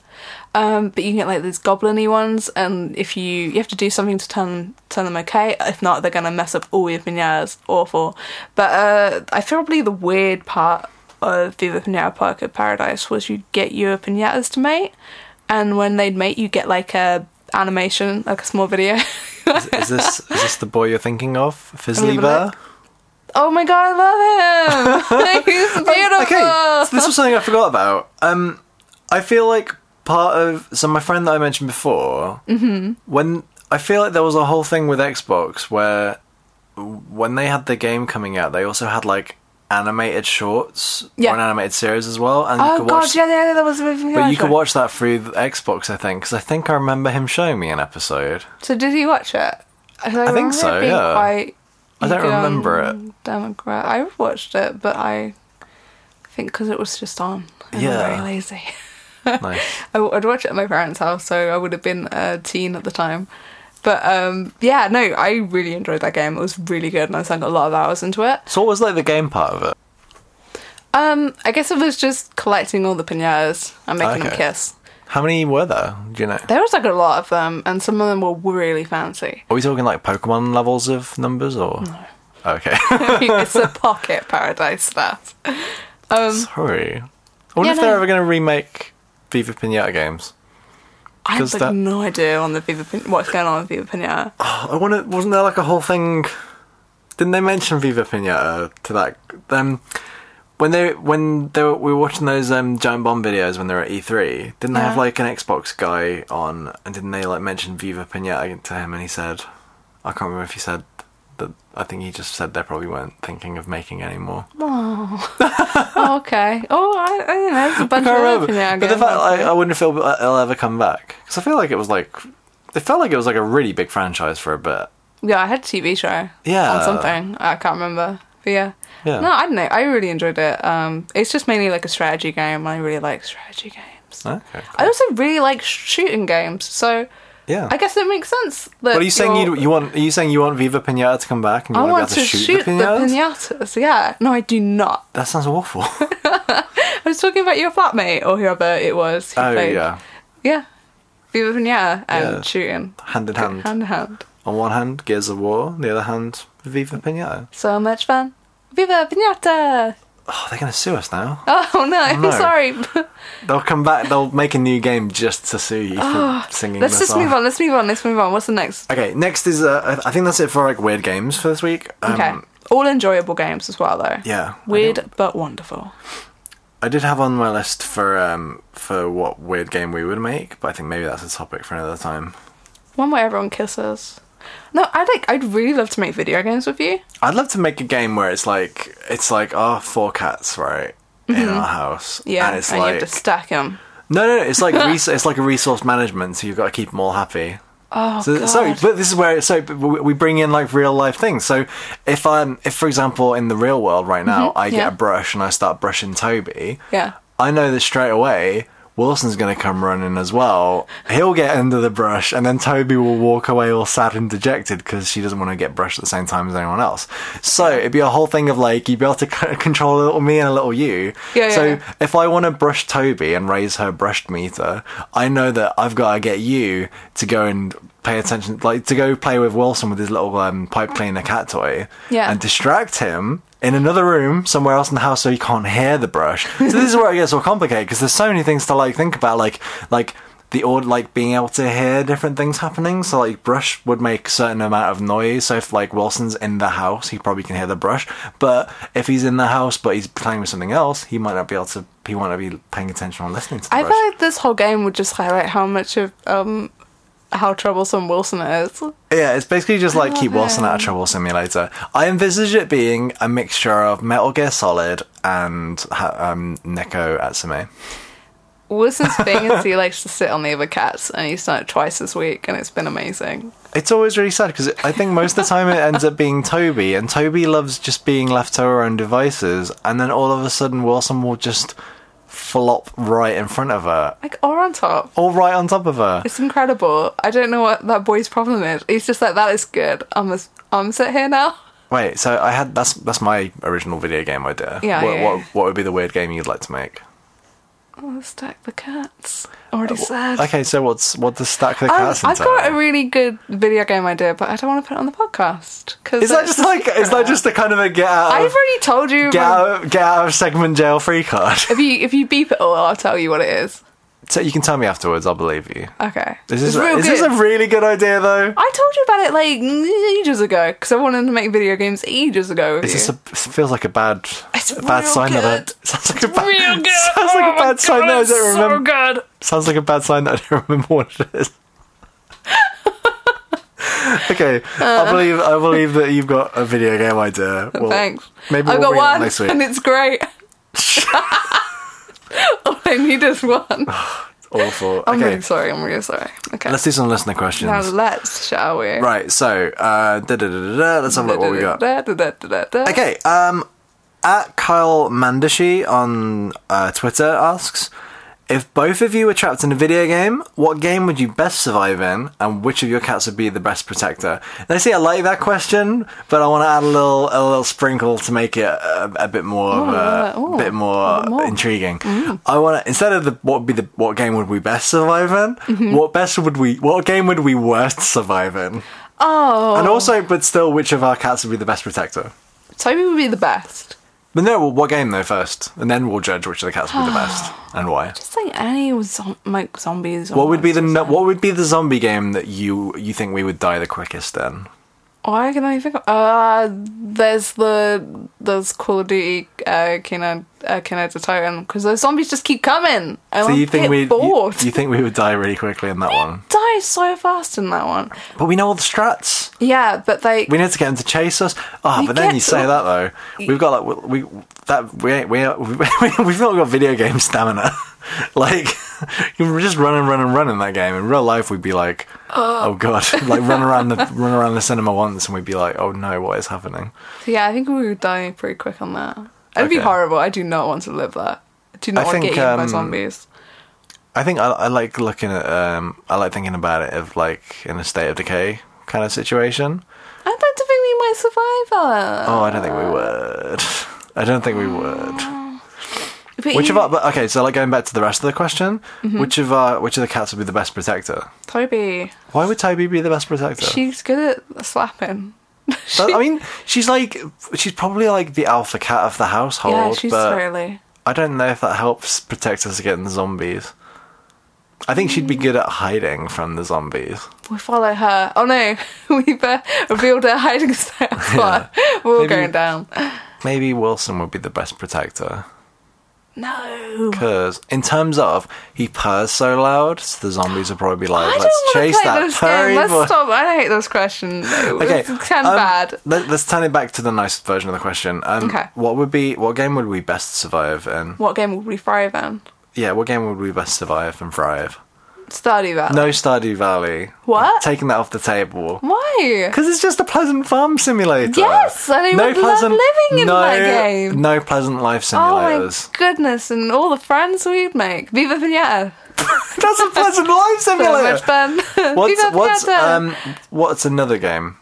[SPEAKER 2] Um, but you can get like these goblin-y ones, and if you you have to do something to turn turn them okay. If not, they're gonna mess up all your pinatas. Awful. But uh, I feel probably the weird part of Viva Pinata Park at Paradise was you get your pinatas to mate, and when they'd mate, you get like a animation, like a small video.
[SPEAKER 1] Is, is this is this the boy you're thinking of, Fizzly
[SPEAKER 2] Leave a
[SPEAKER 1] Bear?
[SPEAKER 2] look. Oh my god, I love him!
[SPEAKER 1] Oh,
[SPEAKER 2] He's beautiful!
[SPEAKER 1] Okay, so this was something I forgot about. Um, I feel like part of so my friend that I mentioned before,
[SPEAKER 2] Mm-hmm.
[SPEAKER 1] when I feel like there was a whole thing with Xbox where when they had the game coming out, they also had like animated shorts
[SPEAKER 2] Yeah.
[SPEAKER 1] or an animated series as well, and you
[SPEAKER 2] oh
[SPEAKER 1] could
[SPEAKER 2] god,
[SPEAKER 1] watch.
[SPEAKER 2] yeah, yeah, that was with
[SPEAKER 1] But you could watch that through the Xbox, I think, because I think I remember him showing me an episode.
[SPEAKER 2] So did he watch it? I,
[SPEAKER 1] think so, yeah.
[SPEAKER 2] Quite,
[SPEAKER 1] I don't remember it.
[SPEAKER 2] Democrat. I watched it, but I think because it was just on. And
[SPEAKER 1] Yeah.
[SPEAKER 2] I'm very lazy.
[SPEAKER 1] Nice.
[SPEAKER 2] I, would watch it at my parents' house, so I would have been a teen at the time. But um, yeah, no, I really enjoyed that game. It was really good, and I sunk a lot of hours into it.
[SPEAKER 1] So what was like the game part of it?
[SPEAKER 2] Um, I guess it was just collecting all the pinatas and making them
[SPEAKER 1] Okay.
[SPEAKER 2] kiss.
[SPEAKER 1] How many were there? Do you know?
[SPEAKER 2] There was like a lot of them, and some of them were really fancy.
[SPEAKER 1] Are we talking like Pokemon levels of numbers or? No. Okay.
[SPEAKER 2] it's a pocket paradise stuff. Um,
[SPEAKER 1] Sorry. I wonder
[SPEAKER 2] Yeah,
[SPEAKER 1] if they're
[SPEAKER 2] no.
[SPEAKER 1] ever going to remake Viva Pinata games.
[SPEAKER 2] I have
[SPEAKER 1] Because that-
[SPEAKER 2] like, no idea on the Viva Pin- what's going on with Viva Pinata.
[SPEAKER 1] Oh, I want to. Wasn't there like a whole thing? Didn't they mention Viva Pinata to that? Um, when they when they were, we were watching those um, giant bomb videos when they were at E3, didn't they have
[SPEAKER 2] Uh-huh.
[SPEAKER 1] like an Xbox guy on? And didn't they like mention Viva Pinata to him? And he said, I can't remember if he said that. I think he just said they probably weren't thinking of making any more.
[SPEAKER 2] oh, okay. Oh, I, I don't know. There's a bunch
[SPEAKER 1] can't
[SPEAKER 2] of
[SPEAKER 1] remember.
[SPEAKER 2] Viva Pinata
[SPEAKER 1] But the
[SPEAKER 2] games.
[SPEAKER 1] fact I, I wonder if it'll, it'll ever come back because I feel like it was like it felt like it was like a really big franchise for a bit.
[SPEAKER 2] yeah, I had a TV show.
[SPEAKER 1] Yeah.
[SPEAKER 2] On something. I can't remember. But yeah.
[SPEAKER 1] Yeah.
[SPEAKER 2] No, I don't know. I really enjoyed it. Um, it's just mainly like a strategy game. I really like strategy games.
[SPEAKER 1] Okay.
[SPEAKER 2] I also really like sh- shooting games, so
[SPEAKER 1] Yeah.
[SPEAKER 2] I guess it makes sense that.
[SPEAKER 1] What are you saying?
[SPEAKER 2] you're-
[SPEAKER 1] You you want? Are you saying you want Viva Pinata to come back and you
[SPEAKER 2] I
[SPEAKER 1] want
[SPEAKER 2] want
[SPEAKER 1] to
[SPEAKER 2] to,
[SPEAKER 1] be able
[SPEAKER 2] shoot, the, pinatas? Yeah, no, I do not.
[SPEAKER 1] That sounds awful. Oh,
[SPEAKER 2] I was talking about your flatmate or whoever it was. Who
[SPEAKER 1] oh
[SPEAKER 2] played.
[SPEAKER 1] yeah,
[SPEAKER 2] yeah. Viva pinata and
[SPEAKER 1] Yeah.
[SPEAKER 2] shooting
[SPEAKER 1] hand in hand.
[SPEAKER 2] hand in hand.
[SPEAKER 1] On one hand, Gears of War. On the other hand, Viva Pinata.
[SPEAKER 2] So much fun. Viva pinata!
[SPEAKER 1] oh, they're going to sue us now.
[SPEAKER 2] Oh no,
[SPEAKER 1] no.
[SPEAKER 2] sorry.
[SPEAKER 1] They'll come back. They'll make a new game just to sue you for singing.
[SPEAKER 2] Oh, let's
[SPEAKER 1] the
[SPEAKER 2] just
[SPEAKER 1] song.
[SPEAKER 2] move on. Let's move on. Let's move on. What's the next?
[SPEAKER 1] Okay, next is uh, I I think that's it for like weird games for this week. Um,
[SPEAKER 2] Okay. All enjoyable games as well, though.
[SPEAKER 1] Yeah. I
[SPEAKER 2] Weird but wonderful.
[SPEAKER 1] I did have on my list for um for what weird game we would make, but I think maybe that's a topic for another time.
[SPEAKER 2] One where everyone kisses. No, I like. I'd really love to make video games with you.
[SPEAKER 1] I'd love to make a game where it's like it's like our four cats right in our house,
[SPEAKER 2] Mm-hmm. Yeah,
[SPEAKER 1] and it's
[SPEAKER 2] and you
[SPEAKER 1] like
[SPEAKER 2] have to stack them.
[SPEAKER 1] no, no, it's like res- it's like a resource management, so you've got to keep them all happy.
[SPEAKER 2] Oh
[SPEAKER 1] So,
[SPEAKER 2] god.
[SPEAKER 1] so, but this is where so but we we bring in like real life things. So if um if for example in the real world right now I get
[SPEAKER 2] Mm-hmm. yeah.
[SPEAKER 1] a brush and I start brushing Toby,
[SPEAKER 2] Yeah.
[SPEAKER 1] I know that straight away Wilson's going to come running as well. He'll get under the brush and then Toby will walk away all sad and dejected because she doesn't want to get brushed at the same time as anyone else. So it'd be a whole thing of like you'd be able to c- control a little me and a little you.
[SPEAKER 2] Yeah, yeah,
[SPEAKER 1] so
[SPEAKER 2] yeah.
[SPEAKER 1] if I want to brush Toby and raise her brushed meter, I know that I've got to get you to go and pay attention, like to go play with Wilson with his little um, pipe cleaner cat toy,
[SPEAKER 2] Yeah.
[SPEAKER 1] and distract him in another room somewhere else in the house so he can't hear the brush. So this is where it gets all complicated because there's so many things to like think about, like like. The odd like being able to hear different things happening, so like brush would make certain amount of noise. So if like Wilson's in the house, he probably can hear the brush. But if he's in the house but he's playing with something else, he might not be able to. He might not be paying attention or listening to the
[SPEAKER 2] I
[SPEAKER 1] brush.
[SPEAKER 2] feel like this whole game would just highlight how much of um how troublesome Wilson is.
[SPEAKER 1] Yeah, it's basically just like keep
[SPEAKER 2] love
[SPEAKER 1] Wilson out of
[SPEAKER 2] it.
[SPEAKER 1] trouble simulator. I envisage it being a mixture of Metal Gear Solid and ha- um, Neko Atsume.
[SPEAKER 2] Wilson's thing is he likes to sit on the other cats, and he's done it twice this week, and it's been amazing.
[SPEAKER 1] It's always really sad because I think most of the time it ends up being Toby, and Toby loves just being left to her own devices, and then all of a sudden Wilson will just flop right in front of her,
[SPEAKER 2] Like or on top.
[SPEAKER 1] or right on top of her.
[SPEAKER 2] It's incredible. I don't know what that boy's problem is. He's just like that is good. I'm a, I'm sit here now.
[SPEAKER 1] Wait, so I had that's that's my original video game idea.
[SPEAKER 2] Yeah,
[SPEAKER 1] what,
[SPEAKER 2] yeah,
[SPEAKER 1] what
[SPEAKER 2] yeah.
[SPEAKER 1] what would be the weird game you'd like to make?
[SPEAKER 2] Oh, stack the cats. Already said.
[SPEAKER 1] Okay, so what's what does stack the
[SPEAKER 2] Um,
[SPEAKER 1] cats
[SPEAKER 2] I've
[SPEAKER 1] entail?
[SPEAKER 2] got a really good video game idea, but I don't want to put it on the podcast because
[SPEAKER 1] Is that just like? Is that just a kind of a get out
[SPEAKER 2] I've
[SPEAKER 1] of,
[SPEAKER 2] already told you.
[SPEAKER 1] get
[SPEAKER 2] my-
[SPEAKER 1] out of, get out of segment jail free card?
[SPEAKER 2] If you if you beep it all, I'll tell you what it is.
[SPEAKER 1] so you can tell me afterwards. I'll believe you.
[SPEAKER 2] Okay.
[SPEAKER 1] Is this,
[SPEAKER 2] It's real
[SPEAKER 1] is
[SPEAKER 2] good.
[SPEAKER 1] this a really good idea though?
[SPEAKER 2] I told you about it like ages ago because I wanted to make video games ages ago. With
[SPEAKER 1] Is this
[SPEAKER 2] you.
[SPEAKER 1] a, it feels like a bad
[SPEAKER 2] It's
[SPEAKER 1] a bad
[SPEAKER 2] real
[SPEAKER 1] sign that
[SPEAKER 2] good.
[SPEAKER 1] I, sounds like a bad
[SPEAKER 2] real good?
[SPEAKER 1] sounds like
[SPEAKER 2] Oh
[SPEAKER 1] a
[SPEAKER 2] my
[SPEAKER 1] bad sign
[SPEAKER 2] God,
[SPEAKER 1] that I
[SPEAKER 2] it's
[SPEAKER 1] don't
[SPEAKER 2] so
[SPEAKER 1] remember.
[SPEAKER 2] good.
[SPEAKER 1] Sounds like a bad sign that I don't remember what it is. okay,
[SPEAKER 2] Uh.
[SPEAKER 1] I believe I believe that you've got a video game idea. Well,
[SPEAKER 2] Thanks.
[SPEAKER 1] Maybe
[SPEAKER 2] I've got
[SPEAKER 1] we'll bring it up
[SPEAKER 2] one,
[SPEAKER 1] next week.
[SPEAKER 2] and it's great. all I need is one.
[SPEAKER 1] Awful.
[SPEAKER 2] I'm
[SPEAKER 1] okay,
[SPEAKER 2] really sorry. I'm really sorry. Okay.
[SPEAKER 1] let's do some listener questions.
[SPEAKER 2] now let's, shall we?
[SPEAKER 1] Right, so uh, da, da, da, da, da, let's have a look what we got.
[SPEAKER 2] Okay.
[SPEAKER 1] Okay, um, at Kyle Mandashi on uh, Twitter asks if both of you were trapped in a video game, what game would you best survive in, and which of your cats would be the best protector? Now, see, I like that question, but I want to add a little a little sprinkle to make it a, a bit more of uh, a,
[SPEAKER 2] Ooh, ooh,
[SPEAKER 1] bit more, Mm-hmm.
[SPEAKER 2] bit more.
[SPEAKER 1] intriguing. I want to instead of the what would be the what game would we best survive in, what best would we what game would we worst survive in,
[SPEAKER 2] Oh,
[SPEAKER 1] and also but still which of our cats would be the best protector?
[SPEAKER 2] Toby would be the best.
[SPEAKER 1] But no, well, what game though first, and then we'll judge which of the cats will be the best and why.
[SPEAKER 2] Just like any with zom- like zombies. or
[SPEAKER 1] What would be the no-
[SPEAKER 2] monsters.
[SPEAKER 1] what would be the zombie game that you you think we would die the quickest then?
[SPEAKER 2] Why can I think? Of, uh, there's the there's Call of Duty, uh, Kena, uh, Kena to Titan, because those zombies just keep coming. I
[SPEAKER 1] So you think
[SPEAKER 2] get
[SPEAKER 1] we you,
[SPEAKER 2] bored?
[SPEAKER 1] you think we would die really quickly in that one?
[SPEAKER 2] die so fast in that one.
[SPEAKER 1] But we know all the strats.
[SPEAKER 2] Yeah, but they
[SPEAKER 1] We need to get them to chase us. Ah,
[SPEAKER 2] You
[SPEAKER 1] but then
[SPEAKER 2] get
[SPEAKER 1] you say
[SPEAKER 2] to-
[SPEAKER 1] that though, we've got like we we- that we ain't, we, ain't- we've not got video game stamina. like you were just running, running, running that game. In real life, we'd be like, oh god, like run around the run around the cinema once, and we'd be like, oh no, what is happening?
[SPEAKER 2] yeah, I think we would die pretty quick on that. It'd be
[SPEAKER 1] Okay.
[SPEAKER 2] horrible. I do not want to live that. I do not
[SPEAKER 1] I
[SPEAKER 2] want
[SPEAKER 1] think,
[SPEAKER 2] to get eaten by
[SPEAKER 1] um,
[SPEAKER 2] zombies.
[SPEAKER 1] I think I, I like looking at um I like thinking about it of like in a state of decay kind of situation.
[SPEAKER 2] I'd like to think we might survive.
[SPEAKER 1] Oh, I don't think we would. I don't think we would.
[SPEAKER 2] But
[SPEAKER 1] Which
[SPEAKER 2] you-
[SPEAKER 1] of our but okay, so like going back to the rest of the question,
[SPEAKER 2] Mm-hmm.
[SPEAKER 1] which of our which of the cats would be the best protector?
[SPEAKER 2] Toby?
[SPEAKER 1] Why would Toby be the best protector?
[SPEAKER 2] She's good at slapping.
[SPEAKER 1] But, I mean, she's like she's probably like the alpha cat of the household.
[SPEAKER 2] yeah, she's
[SPEAKER 1] but
[SPEAKER 2] really.
[SPEAKER 1] I don't know if that helps protect us against zombies. I think
[SPEAKER 2] Mm.
[SPEAKER 1] she'd be good at hiding from the zombies.
[SPEAKER 2] We follow her. Oh no, we've uh, revealed her hiding spot. We're all
[SPEAKER 1] Maybe-
[SPEAKER 2] going down.
[SPEAKER 1] Maybe Wilson would be the best protector.
[SPEAKER 2] No.
[SPEAKER 1] Because, in terms of, he purrs so loud, so the zombies would probably be like,
[SPEAKER 2] I
[SPEAKER 1] let's
[SPEAKER 2] don't want to
[SPEAKER 1] chase
[SPEAKER 2] play
[SPEAKER 1] that
[SPEAKER 2] this game.
[SPEAKER 1] purring
[SPEAKER 2] Let's
[SPEAKER 1] voice."
[SPEAKER 2] stop. I hate this question. No,
[SPEAKER 1] Okay,
[SPEAKER 2] It's kind
[SPEAKER 1] um,
[SPEAKER 2] bad.
[SPEAKER 1] Let, us turn it back to the nice version of the question. Um,
[SPEAKER 2] Okay.
[SPEAKER 1] What would be what game would we best survive in?
[SPEAKER 2] What game would we thrive in?
[SPEAKER 1] Yeah, what game would we best survive and thrive?
[SPEAKER 2] Stardew Valley.
[SPEAKER 1] No Stardew Valley.
[SPEAKER 2] What?
[SPEAKER 1] I'm taking that off the table.
[SPEAKER 2] Why?
[SPEAKER 1] Because it's just a pleasant farm simulator.
[SPEAKER 2] Yes, and I would love living in
[SPEAKER 1] no,
[SPEAKER 2] that game.
[SPEAKER 1] No pleasant life
[SPEAKER 2] Oh my
[SPEAKER 1] simulators.
[SPEAKER 2] goodness, and all the friends we'd make. Viva Pinata.
[SPEAKER 1] That's a pleasant life
[SPEAKER 2] So
[SPEAKER 1] simulator.
[SPEAKER 2] much fun.
[SPEAKER 1] What's
[SPEAKER 2] Viva
[SPEAKER 1] what's
[SPEAKER 2] Pinata.
[SPEAKER 1] um what's another game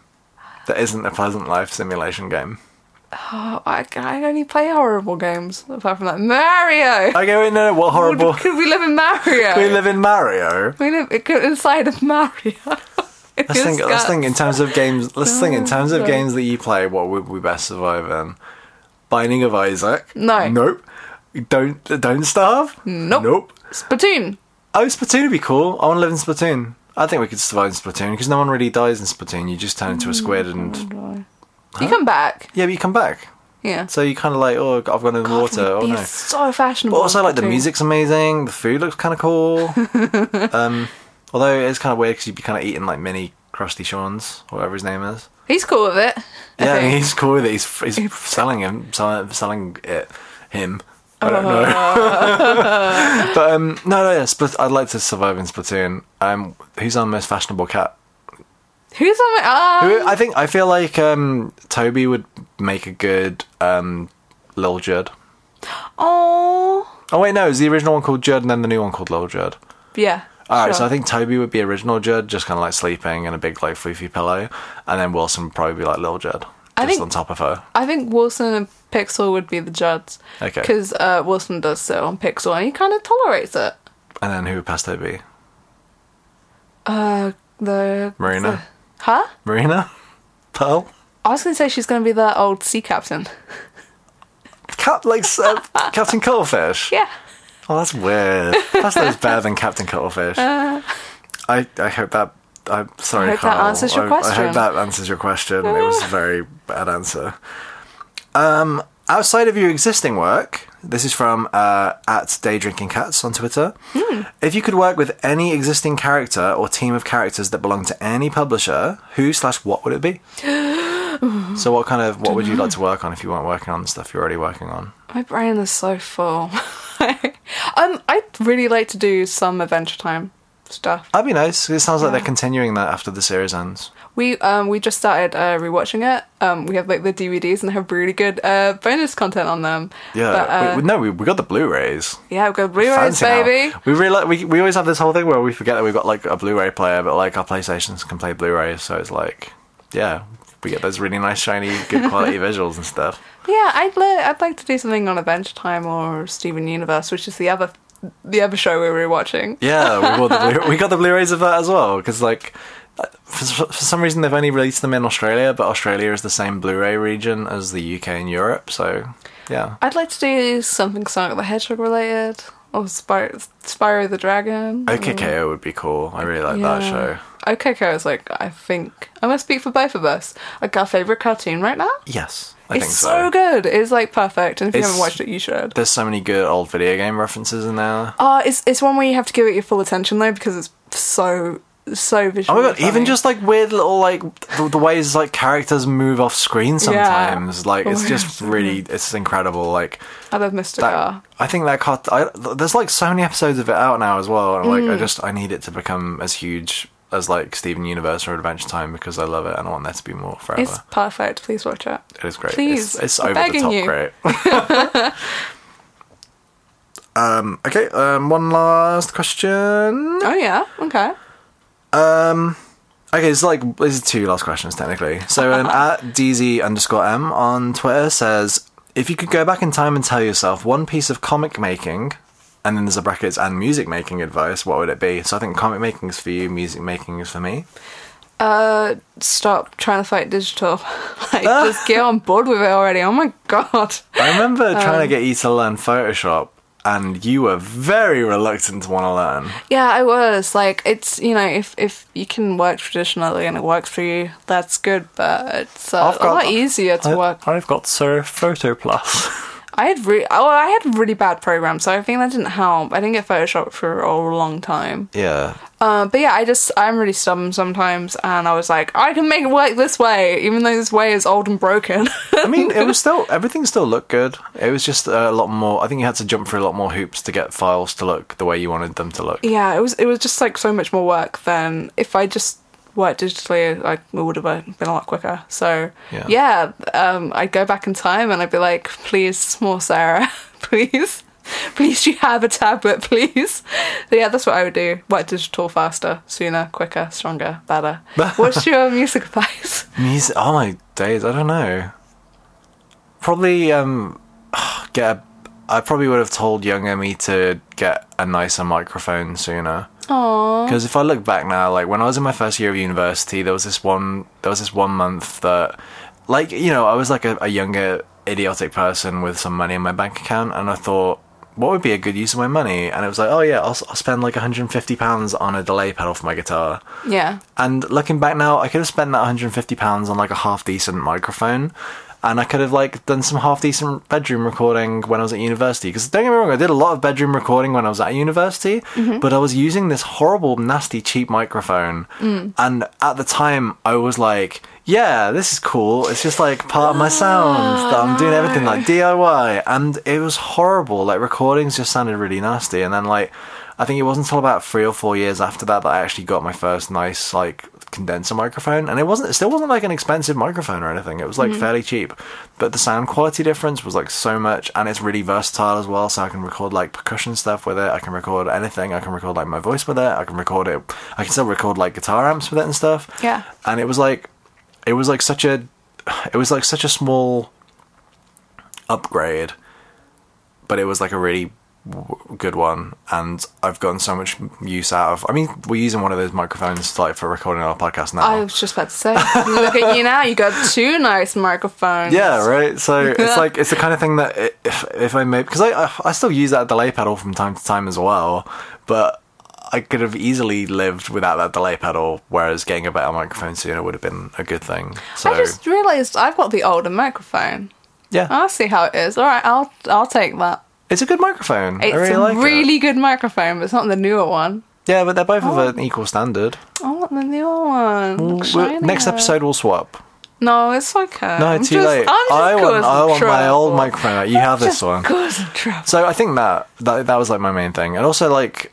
[SPEAKER 1] that isn't a pleasant life simulation game?
[SPEAKER 2] Oh, I, I only play horrible games apart from that. Mario.
[SPEAKER 1] Okay, wait, no, no, what horrible?
[SPEAKER 2] Could we live in Mario?
[SPEAKER 1] We live in Mario.
[SPEAKER 2] We live it could- inside of Mario.
[SPEAKER 1] Let's think. Let's think in terms of games. Let's think in terms of
[SPEAKER 2] no.
[SPEAKER 1] games that you play. What would we best survive in? Binding of Isaac.
[SPEAKER 2] No.
[SPEAKER 1] Nope. Don't don't starve.
[SPEAKER 2] Nope.
[SPEAKER 1] Nope.
[SPEAKER 2] Splatoon.
[SPEAKER 1] Oh, Splatoon would be cool. I want to live in Splatoon. I think we could survive in Splatoon because no one really dies in Splatoon. You just turn into a squid and
[SPEAKER 2] You come back.
[SPEAKER 1] yeah, but you come back.
[SPEAKER 2] Yeah.
[SPEAKER 1] So you kind of like, oh, I've gone in the
[SPEAKER 2] God,
[SPEAKER 1] water.
[SPEAKER 2] we'd
[SPEAKER 1] Oh
[SPEAKER 2] be
[SPEAKER 1] no.
[SPEAKER 2] so fashionable.
[SPEAKER 1] But also, like the
[SPEAKER 2] Splatoon.
[SPEAKER 1] music's amazing. The food looks kind of cool. um, although it's kind of weird because you'd be kind of eating like mini Krusty Sean's or whatever his name is.
[SPEAKER 2] He's cool with it. I
[SPEAKER 1] Yeah,
[SPEAKER 2] think.
[SPEAKER 1] he's cool with it. He's, he's selling him, selling, selling it, him. I don't
[SPEAKER 2] Oh.
[SPEAKER 1] know. but um, no, no, yeah, Split, I'd like to survive in Splatoon. Um, who's our most fashionable cat?
[SPEAKER 2] Who's on Um, my
[SPEAKER 1] Who- I think I feel like um, Toby would make a good um, Lil Judd.
[SPEAKER 2] Oh.
[SPEAKER 1] Oh wait, no, is the original one called Judd and then the new one called Lil Judd?
[SPEAKER 2] Yeah.
[SPEAKER 1] All right,
[SPEAKER 2] sure.
[SPEAKER 1] so I think Toby would be original Judd, just kind of like sleeping in a big like floofy pillow, and then Wilson would probably be like Lil Judd,
[SPEAKER 2] I
[SPEAKER 1] just
[SPEAKER 2] think-
[SPEAKER 1] on top of her.
[SPEAKER 2] I think Wilson and Pixel would be the Judds.
[SPEAKER 1] Okay.
[SPEAKER 2] Because uh, Wilson does so on Pixel and he kind of tolerates it.
[SPEAKER 1] And then who would pass Toby?
[SPEAKER 2] Uh, the.
[SPEAKER 1] Marina?
[SPEAKER 2] the- huh?
[SPEAKER 1] Marina? Pearl?
[SPEAKER 2] I was going to say she's going to be the old sea captain.
[SPEAKER 1] Cap- like uh, Captain Cuttlefish?
[SPEAKER 2] Yeah.
[SPEAKER 1] Oh, that's weird. That's those better than Captain Cuttlefish. I, I hope that. I'm sorry,
[SPEAKER 2] Uh. I hope that
[SPEAKER 1] Carl.
[SPEAKER 2] answers your
[SPEAKER 1] I, I
[SPEAKER 2] question.
[SPEAKER 1] hope that answers your question. it was a very bad answer. Um, outside of your existing work, this is from uh, at Day Drinking Cats on Twitter.
[SPEAKER 2] Hmm.
[SPEAKER 1] If you could work with any existing character or team of characters that belong to any publisher, who slash what would it be? so, what kind of what would you like to work on if you weren't working on the stuff you're already working on?
[SPEAKER 2] My brain is so full. um, I'd really like to do some Adventure Time stuff.
[SPEAKER 1] That'd be nice. It sounds like they're continuing that after the series ends.
[SPEAKER 2] We um we just started uh, rewatching it. Um, we have like the DVDs and they have really good uh bonus content on them.
[SPEAKER 1] Yeah.
[SPEAKER 2] But, uh,
[SPEAKER 1] we, we- no, we, we got the Blu-rays.
[SPEAKER 2] yeah, we've got Blu-rays,
[SPEAKER 1] Fancy now.
[SPEAKER 2] baby.
[SPEAKER 1] We realize we we always have this whole thing where we forget that we've got like a Blu-ray player, but like our PlayStations can play Blu-rays, so it's like, yeah, we get those really nice, shiny, good quality visuals and stuff.
[SPEAKER 2] Yeah, I'd li- I'd like to do something on Adventure Time or Steven Universe, which is the other the other show we were watching.
[SPEAKER 1] Yeah, we, bought the Blu- we got the Blu-rays of that as well because like. uh, For, for some reason, they've only released them in Australia, but Australia is the same Blu-ray region as the UK and Europe. So, yeah,
[SPEAKER 2] I'd like to do something Sonic the Hedgehog related or Spy- Spyro the Dragon.
[SPEAKER 1] OKKO would be cool. I really like that show.
[SPEAKER 2] Okay, Kara Oh, is like, I think I'm gonna speak for both of us. Like our favorite cartoon right now.
[SPEAKER 1] Yes, I
[SPEAKER 2] it's
[SPEAKER 1] think
[SPEAKER 2] so. good. It's like perfect, and if you
[SPEAKER 1] It's-
[SPEAKER 2] haven't watched it, you should.
[SPEAKER 1] There's so many good old video game references in there.
[SPEAKER 2] Uh, it's it's one where you have to give it your full attention though because it's so so
[SPEAKER 1] Oh
[SPEAKER 2] visual.
[SPEAKER 1] my god! Even just like weird little like the, the ways like characters move off screen sometimes, like
[SPEAKER 2] Oh,
[SPEAKER 1] it's just really it's incredible. Like
[SPEAKER 2] I love Mr.
[SPEAKER 1] that,
[SPEAKER 2] Gar.
[SPEAKER 1] I think that cart- I, there's like so many episodes of it out now as well, and
[SPEAKER 2] Mm.
[SPEAKER 1] like I just I need it to become as huge as like Steven Universe or Adventure Time because I love it and I want there to be more forever.
[SPEAKER 2] It's perfect. Please watch it.
[SPEAKER 1] It is great.
[SPEAKER 2] Please,
[SPEAKER 1] it's, it's
[SPEAKER 2] I'm
[SPEAKER 1] over the
[SPEAKER 2] begging
[SPEAKER 1] top
[SPEAKER 2] you.
[SPEAKER 1] great. um, okay, um, one last question.
[SPEAKER 2] Oh yeah. Okay.
[SPEAKER 1] Um, okay, it's like these are two last questions technically. So um, at DZ underscore M on Twitter says, if you could go back in time and tell yourself one piece of comic making, and then there's a brackets and music making advice, what would it be? So I think comic making is for you, music making is for me.
[SPEAKER 2] uh, stop trying to fight digital. like, just get on board with it already. Oh my god.
[SPEAKER 1] I remember
[SPEAKER 2] Um,
[SPEAKER 1] trying to get you to learn Photoshop, and you were very reluctant to want to learn.
[SPEAKER 2] Yeah, I was like, it's you know, if if you can work traditionally and it works for you, that's good. But it's uh,
[SPEAKER 1] I've
[SPEAKER 2] a
[SPEAKER 1] got-
[SPEAKER 2] lot easier to work.
[SPEAKER 1] I've got Sir Photo Plus.
[SPEAKER 2] I had re- oh, I had really bad programs, so I think that didn't help. I didn't get Photoshop for a long time.
[SPEAKER 1] yeah.
[SPEAKER 2] Uh, but yeah, I just I'm really stubborn sometimes, and I was like, I can make it work this way, even though this way is old and broken.
[SPEAKER 1] I mean, it was still everything still looked good. It was just a lot more. I think you had to jump through a lot more hoops to get files to look the way you wanted them to look.
[SPEAKER 2] yeah, it was it was just like so much more work than if I just worked digitally, like it would have been a lot quicker. So
[SPEAKER 1] Yeah.
[SPEAKER 2] yeah, um, I'd go back in time and I'd be like, please, small Sarah, please, please, you have a tablet, please. But yeah, that's what I would do: work digital faster, sooner, quicker, stronger, better. What's your music advice?
[SPEAKER 1] Music. Oh my days! I don't know. Probably um, get. A, I probably would have told young Emmy to get a nicer microphone sooner.
[SPEAKER 2] Aww.
[SPEAKER 1] Because if I look back now, like when I was in my first year of university, there was this one, there was this one month that, like you know, I was like a, a younger idiotic person with some money in my bank account, and I thought, what would be a good use of my money? And it was like, oh yeah, I'll, s- I'll spend like 150 pounds on a delay pedal for my guitar.
[SPEAKER 2] Yeah.
[SPEAKER 1] And looking back now, I could have spent that 150 pounds on like a half decent microphone, and I could have like done some half decent bedroom recording when I was at university. Because don't get me wrong, I did a lot of bedroom recording when I was at university, but I was using this horrible, nasty, cheap microphone. And at the time, I was like, "Yeah, this is cool. It's just like part of my sound that I'm doing everything like DIY." And it was horrible. Like recordings just sounded really nasty, and then like. I think it wasn't until about three or four years after that that I actually got my first nice like condenser microphone, and it wasn't it still wasn't like an expensive microphone or anything. It was like fairly cheap, but the sound quality difference was like so much, and it's really versatile as well. So I can record like percussion stuff with it. I can record anything. I can record like my voice with it. I can record it. I can still record like guitar amps with it and stuff.
[SPEAKER 2] Yeah.
[SPEAKER 1] and it was like it was like such a it was like such a small upgrade but it was like a really w- good one and i've gotten so much use out of i mean we're using one of those microphones like for recording our podcast now
[SPEAKER 2] I was just about to say, look at you now. You got two nice microphones.
[SPEAKER 1] yeah right so it's like it's the kind of thing that i- if, if i made because I, I i still use that delay pedal from time to time as well but i could have easily lived without that delay pedal whereas getting a better microphone sooner would have been a good thing so
[SPEAKER 2] I just oh. realised I've got the older microphone.
[SPEAKER 1] yeah
[SPEAKER 2] I'll see how it is. All right, I'll I'll take that.
[SPEAKER 1] it's a good microphone
[SPEAKER 2] It's
[SPEAKER 1] i really
[SPEAKER 2] a
[SPEAKER 1] like it
[SPEAKER 2] really good microphone, but it's not the newer one.
[SPEAKER 1] yeah but they're both of an
[SPEAKER 2] Oh.
[SPEAKER 1] equal standard
[SPEAKER 2] I want the newer one. Looks
[SPEAKER 1] We'll-
[SPEAKER 2] shinier.
[SPEAKER 1] next episode we'll swap
[SPEAKER 2] No, it's okay.
[SPEAKER 1] No,
[SPEAKER 2] I'm
[SPEAKER 1] too
[SPEAKER 2] just-
[SPEAKER 1] late.
[SPEAKER 2] I'm just
[SPEAKER 1] I want, I want my
[SPEAKER 2] concentrating.
[SPEAKER 1] old microphone. You have this
[SPEAKER 2] Just
[SPEAKER 1] one.
[SPEAKER 2] concentrating.
[SPEAKER 1] So I think that, that that was like my main thing, and also like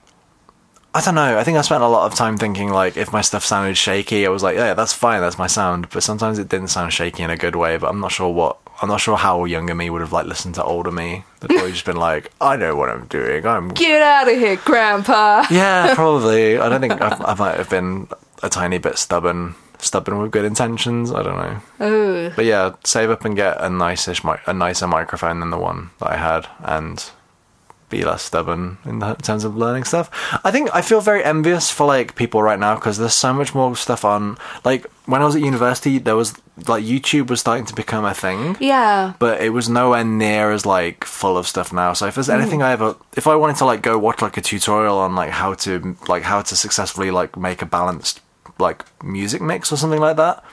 [SPEAKER 1] I don't know. I think I spent a lot of time thinking like if my stuff sounded shaky, I was like, yeah, that's fine, that's my sound. But sometimes it didn't sound shaky in a good way. But I'm not sure what. I'm not sure how younger me would have like listened to older me. They'd probably just been like, I know what I'm doing. I'm
[SPEAKER 2] Get out of here, Grandpa.
[SPEAKER 1] yeah, probably. I don't think I, I might have been a tiny bit stubborn, stubborn with good intentions. I don't know.
[SPEAKER 2] Ooh.
[SPEAKER 1] But yeah, save up and get a nice-ish, mi- a nicer microphone than the one that I had, and be less stubborn in th- terms of learning stuff. I think I feel very envious for like people right now because there's so much more stuff on. Like when I was at university, there was like YouTube was starting to become a thing
[SPEAKER 2] Yeah.
[SPEAKER 1] but it was nowhere near as like full of stuff now. So if there's
[SPEAKER 2] Hmm.
[SPEAKER 1] anything I ever, if I wanted to like go watch like a tutorial on like how to like how to successfully like make a balanced like music mix or something like that.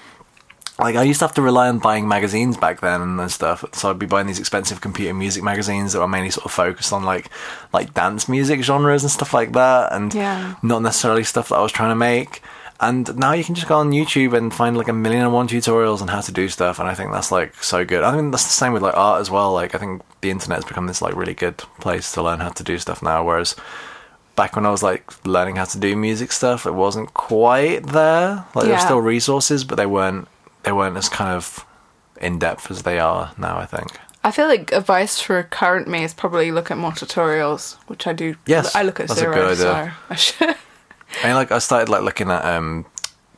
[SPEAKER 1] Like I used to have to rely on buying magazines back then and, and stuff. So I'd be buying these expensive computer music magazines that were mainly sort of focused on like like dance music genres and stuff like that, and
[SPEAKER 2] Yeah.
[SPEAKER 1] not necessarily stuff that I was trying to make. And now you can just go on YouTube and find like a million and one tutorials on how to do stuff, and I think that's like so good. I think that's the same with like art as well. Like I think the internet's become this like really good place to learn how to do stuff now, whereas back when I was like learning how to do music stuff, it wasn't quite there. Like there were
[SPEAKER 2] Yeah.
[SPEAKER 1] still resources, but they weren't they weren't as kind of in depth as they are now. I think.
[SPEAKER 2] I feel like advice for current me is probably look at more tutorials, which I do.
[SPEAKER 1] Yes,
[SPEAKER 2] I look at
[SPEAKER 1] that's a
[SPEAKER 2] zero,
[SPEAKER 1] good
[SPEAKER 2] so
[SPEAKER 1] idea.
[SPEAKER 2] I should.
[SPEAKER 1] And like I started like looking at um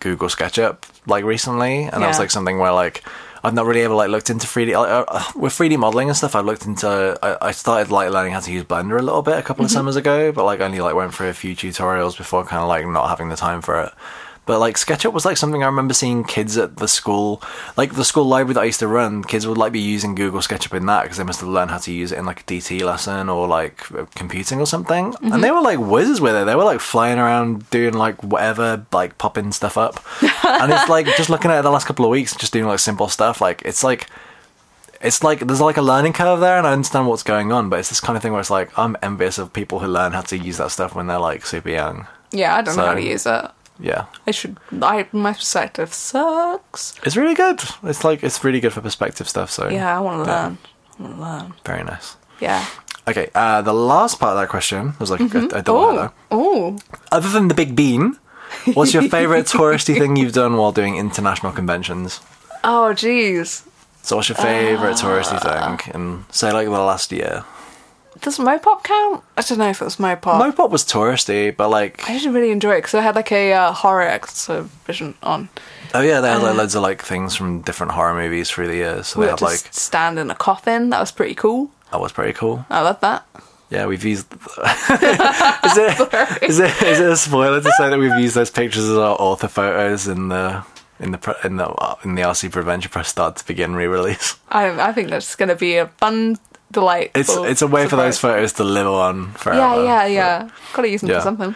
[SPEAKER 1] Google SketchUp like recently, and that was
[SPEAKER 2] Yeah.
[SPEAKER 1] like something where like I've not really ever like looked into 3D like, uh, uh, with 3D modeling and stuff. I looked into I, I started like learning how to use Blender a little bit a couple of summers ago, but like only like went through a few tutorials before kind of like not having the time for it. But like SketchUp was like something I remember seeing kids at the school, like the school library that I used to run. Kids would like be using Google SketchUp in that because they must have learned how to use it in like a DT lesson or like uh, computing or something. And they were like whizzes with it. They were like flying around doing like whatever, like popping stuff up. and it's like just looking at it the last couple of weeks, just doing like simple stuff. Like it's like it's like there's like a learning curve there, and I understand what's going on, but it's this kind of thing where it's like I'm envious of people who learn how to use that stuff when they're like super young.
[SPEAKER 2] Yeah, I don't know how to
[SPEAKER 1] So-
[SPEAKER 2] use it.
[SPEAKER 1] Yeah,
[SPEAKER 2] I should. I my perspective sucks.
[SPEAKER 1] it's really good. It's like it's really good for perspective stuff. So
[SPEAKER 2] Yeah, I want to learn. I want to learn.
[SPEAKER 1] very nice.
[SPEAKER 2] Yeah.
[SPEAKER 1] Okay, uh, the last part of that question was like a, a double header.
[SPEAKER 2] Oh, oh,
[SPEAKER 1] Other than the big bean, what's your favorite touristy thing you've done while doing international conventions?
[SPEAKER 2] oh, jeez.
[SPEAKER 1] So what's your favorite touristy thing? And say like the last year.
[SPEAKER 2] Does Mopop count? I don't know if it was Mopop.
[SPEAKER 1] Mopop was touristy, but like
[SPEAKER 2] I actually really enjoy it because I had like a uh, horror exhibition on.
[SPEAKER 1] Oh yeah, they had like loads of like things from different horror movies through the years. So
[SPEAKER 2] We
[SPEAKER 1] they
[SPEAKER 2] had
[SPEAKER 1] had
[SPEAKER 2] to
[SPEAKER 1] like
[SPEAKER 2] s- stand in a coffin. That was pretty cool.
[SPEAKER 1] that was pretty cool.
[SPEAKER 2] I love that.
[SPEAKER 1] Yeah, we've used. is it is it is it a spoiler to say that we've used those pictures as our author photos in the in the pre- in the uh, in the RC Prevention Press Start to Begin re-release?
[SPEAKER 2] I I think that's going to be a fun delight.
[SPEAKER 1] It's it's a way for those photos to live on forever.
[SPEAKER 2] Yeah, yeah, yeah. Got to use them
[SPEAKER 1] Yeah.
[SPEAKER 2] for something.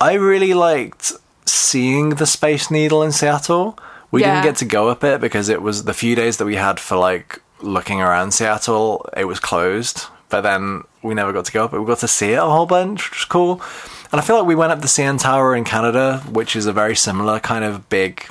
[SPEAKER 1] I really liked seeing the Space Needle in Seattle. We
[SPEAKER 2] Yeah.
[SPEAKER 1] didn't get to go up it because it was the few days that we had for like looking around Seattle, it was closed. But then we never got to go up it. We got to see it a whole bunch, which was cool. And I feel like we went up the CN Tower in Canada, which is a very similar kind of big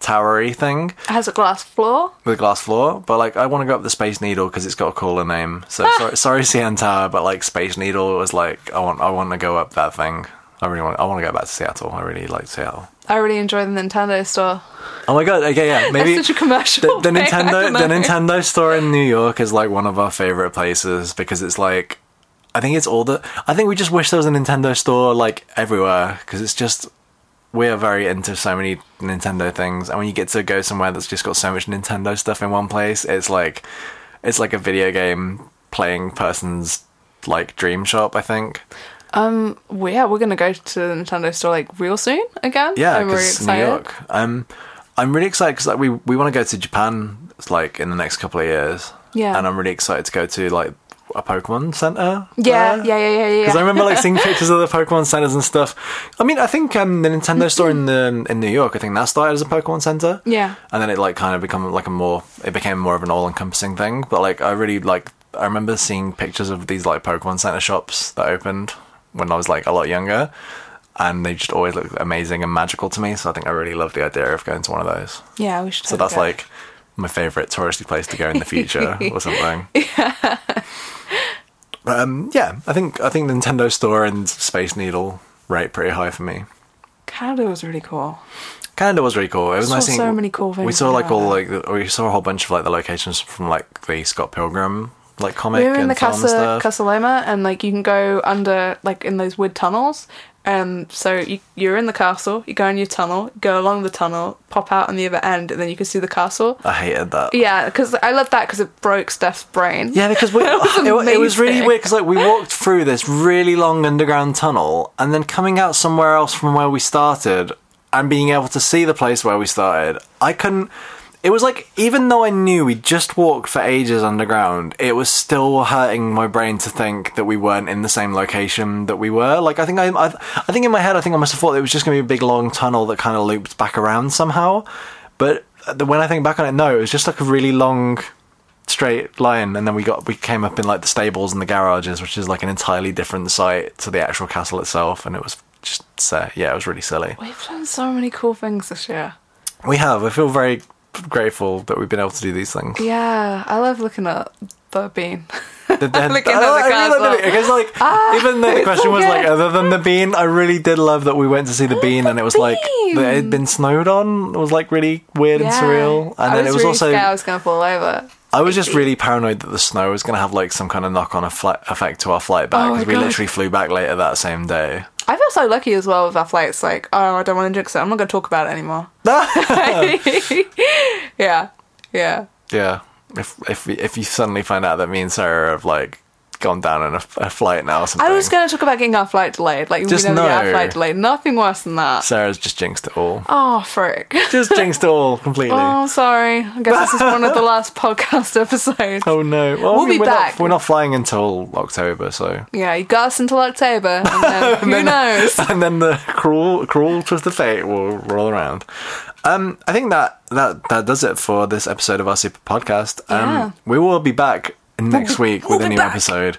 [SPEAKER 1] towery thing
[SPEAKER 2] It has a glass floor.
[SPEAKER 1] with a glass floor. But like, I want to go up the Space Needle because it's got a cooler name. So sorry, sorry, CN Tower, but like Space Needle was like, I want, I want to go up that thing. I really want, I want to go back to Seattle. I really like Seattle.
[SPEAKER 2] I really enjoy the Nintendo store.
[SPEAKER 1] Oh my god, okay, yeah, maybe.
[SPEAKER 2] That's such a commercial.
[SPEAKER 1] The, the
[SPEAKER 2] thing, I
[SPEAKER 1] Nintendo,
[SPEAKER 2] don't
[SPEAKER 1] the
[SPEAKER 2] know.
[SPEAKER 1] Nintendo store in New York is like one of our favorite places because it's like, I think it's all the. I think we just wish there was a Nintendo store like everywhere because it's just we are very into so many Nintendo things, and when you get to go somewhere that's just got so much Nintendo stuff in one place, it's like it's like a video game playing person's like dream shop. I think.
[SPEAKER 2] Well, yeah, we're gonna go to the Nintendo store like real soon again.
[SPEAKER 1] Yeah,
[SPEAKER 2] I'm really
[SPEAKER 1] because New
[SPEAKER 2] excited.
[SPEAKER 1] York. I'm I'm really excited because like we we want to go to Japan like in the next couple of years.
[SPEAKER 2] Yeah.
[SPEAKER 1] and I'm really excited to go to like a Pokemon Center.
[SPEAKER 2] Yeah, yeah, yeah, yeah, yeah.
[SPEAKER 1] Because
[SPEAKER 2] yeah.
[SPEAKER 1] I remember like seeing pictures of the Pokemon centers and stuff. I mean, I think um, the Nintendo store in the, in New York, I think that started as a Pokemon center.
[SPEAKER 2] Yeah.
[SPEAKER 1] and then it like kind of become like a more it became more of an all encompassing thing. But like I really like I remember seeing pictures of these like Pokemon center shops that opened when I was like a lot younger, and they just always looked amazing and magical to me. So I think I really love the idea of going to one of those.
[SPEAKER 2] yeah, we should.
[SPEAKER 1] So that's like my favorite touristy place to go in the future or something. But um, yeah, I think I think Nintendo Store and Space Needle rate pretty high for me.
[SPEAKER 2] Canada was really cool.
[SPEAKER 1] Canada was really cool. It was
[SPEAKER 2] Saw
[SPEAKER 1] nice seeing
[SPEAKER 2] so many cool
[SPEAKER 1] We
[SPEAKER 2] things
[SPEAKER 1] saw like
[SPEAKER 2] there.
[SPEAKER 1] all like the- we saw a whole bunch of like the locations from like the Scott Pilgrim like comic
[SPEAKER 2] We were in
[SPEAKER 1] and
[SPEAKER 2] the
[SPEAKER 1] film and
[SPEAKER 2] Casa
[SPEAKER 1] stuff.
[SPEAKER 2] Casa Loma, and like you can go under like in those wood tunnels. Um, so you, you're in the castle, you go in your tunnel, go along the tunnel, pop out on the other end, and then you can see the castle.
[SPEAKER 1] I hated that.
[SPEAKER 2] Yeah, because I love that because it broke Steph's brain.
[SPEAKER 1] Yeah, because we,
[SPEAKER 2] was
[SPEAKER 1] it, wa- it was really
[SPEAKER 2] amazing.
[SPEAKER 1] weird because like we walked through this really long underground tunnel and then coming out somewhere else from where we started and being able to see the place where we started. I couldn't. It was like even though I knew we just walked for ages underground, it was still hurting my brain to think that we weren't in the same location that we were. Like I think I, I, I think in my head I think I must have thought it was just going to be a big long tunnel that kind of looped back around somehow, but. uh, When I think back on it, no, it was just like a really long straight line and then we got we came up in like the stables and the garages which is like an entirely different site to the actual castle itself and it was just uh, yeah it was really silly
[SPEAKER 2] We've done so many cool things this year.
[SPEAKER 1] we have i feel very grateful that we've been able to do these things
[SPEAKER 2] Yeah, I love looking at the bean.
[SPEAKER 1] The- the-
[SPEAKER 2] Looking at
[SPEAKER 1] I-
[SPEAKER 2] the
[SPEAKER 1] I really
[SPEAKER 2] castle.
[SPEAKER 1] love it, because like even though the question
[SPEAKER 2] so
[SPEAKER 1] was like
[SPEAKER 2] good.
[SPEAKER 1] other than the bean i really did love that we went to see the bean and it was like
[SPEAKER 2] bean.
[SPEAKER 1] that it had been snowed on it was like really weird and surreal and
[SPEAKER 2] I
[SPEAKER 1] then
[SPEAKER 2] was
[SPEAKER 1] it was
[SPEAKER 2] really
[SPEAKER 1] also
[SPEAKER 2] scared I was going to fall over.
[SPEAKER 1] I was just really paranoid that the snow was going to have like some kind of knock-on affle- effect to our flight back
[SPEAKER 2] Oh my
[SPEAKER 1] because we
[SPEAKER 2] God.
[SPEAKER 1] literally flew back later that same day.
[SPEAKER 2] I feel so lucky as well with our flights. Like, oh, I don't want to jinx it. I'm not going to talk about it anymore. yeah, yeah.
[SPEAKER 1] yeah, if if if you suddenly find out that me and Sarah have like gone down in a, a flight now or something.
[SPEAKER 2] I was going to talk about getting our flight delayed. Like,
[SPEAKER 1] Just
[SPEAKER 2] we never get
[SPEAKER 1] no.
[SPEAKER 2] our flight delayed. Nothing worse than that.
[SPEAKER 1] Sarah's just jinxed it all.
[SPEAKER 2] Oh, frick.
[SPEAKER 1] Just jinxed it all
[SPEAKER 2] Oh,
[SPEAKER 1] completely.
[SPEAKER 2] I'm sorry. I guess this is one of the last podcast episodes.
[SPEAKER 1] Oh no!
[SPEAKER 2] We'll
[SPEAKER 1] Well, I mean,
[SPEAKER 2] be
[SPEAKER 1] we're
[SPEAKER 2] back.
[SPEAKER 1] Not, we're not flying until October, so
[SPEAKER 2] Yeah, you got us until October. And then who knows?
[SPEAKER 1] and then the cruel, cruel twist of fate will roll around. Um, I think that that that does it for this episode of our super podcast. Um,
[SPEAKER 2] Yeah.
[SPEAKER 1] we will be back next week
[SPEAKER 2] we'll
[SPEAKER 1] with a
[SPEAKER 2] be
[SPEAKER 1] new
[SPEAKER 2] back.
[SPEAKER 1] episode.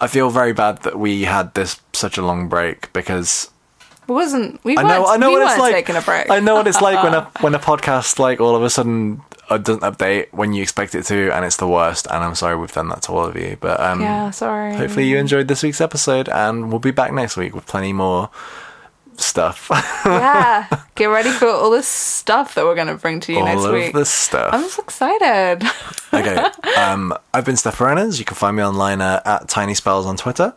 [SPEAKER 1] I feel very bad that we had this such a long break because
[SPEAKER 2] It wasn't. We
[SPEAKER 1] I know
[SPEAKER 2] weren't,
[SPEAKER 1] I know
[SPEAKER 2] we
[SPEAKER 1] what it's
[SPEAKER 2] weren't
[SPEAKER 1] like.
[SPEAKER 2] taking a break.
[SPEAKER 1] I know what it's like when a when a podcast like all of a sudden uh, doesn't update when you expect it to, and it's the worst. And I'm sorry we've done that to all of you, but um,
[SPEAKER 2] Yeah, sorry.
[SPEAKER 1] Hopefully you enjoyed this week's episode, and we'll be back next week with plenty more stuff.
[SPEAKER 2] yeah. Get ready for all this stuff that we're going to bring to you next
[SPEAKER 1] All
[SPEAKER 2] week.
[SPEAKER 1] of this stuff.
[SPEAKER 2] I'm so excited.
[SPEAKER 1] okay. Um, I've been Steph Arenas. You can find me online uh, at Tiny Spells on Twitter.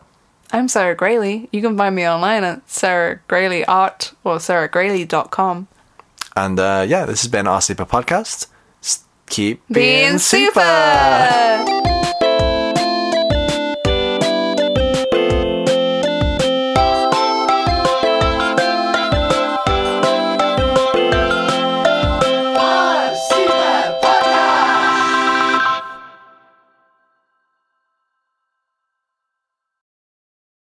[SPEAKER 2] I'm Sarah Grayley. You can find me online at Sarah Grayley Art or sarahgrayley.com.
[SPEAKER 1] And uh, yeah, this has been our super podcast. S- keep
[SPEAKER 2] Being super!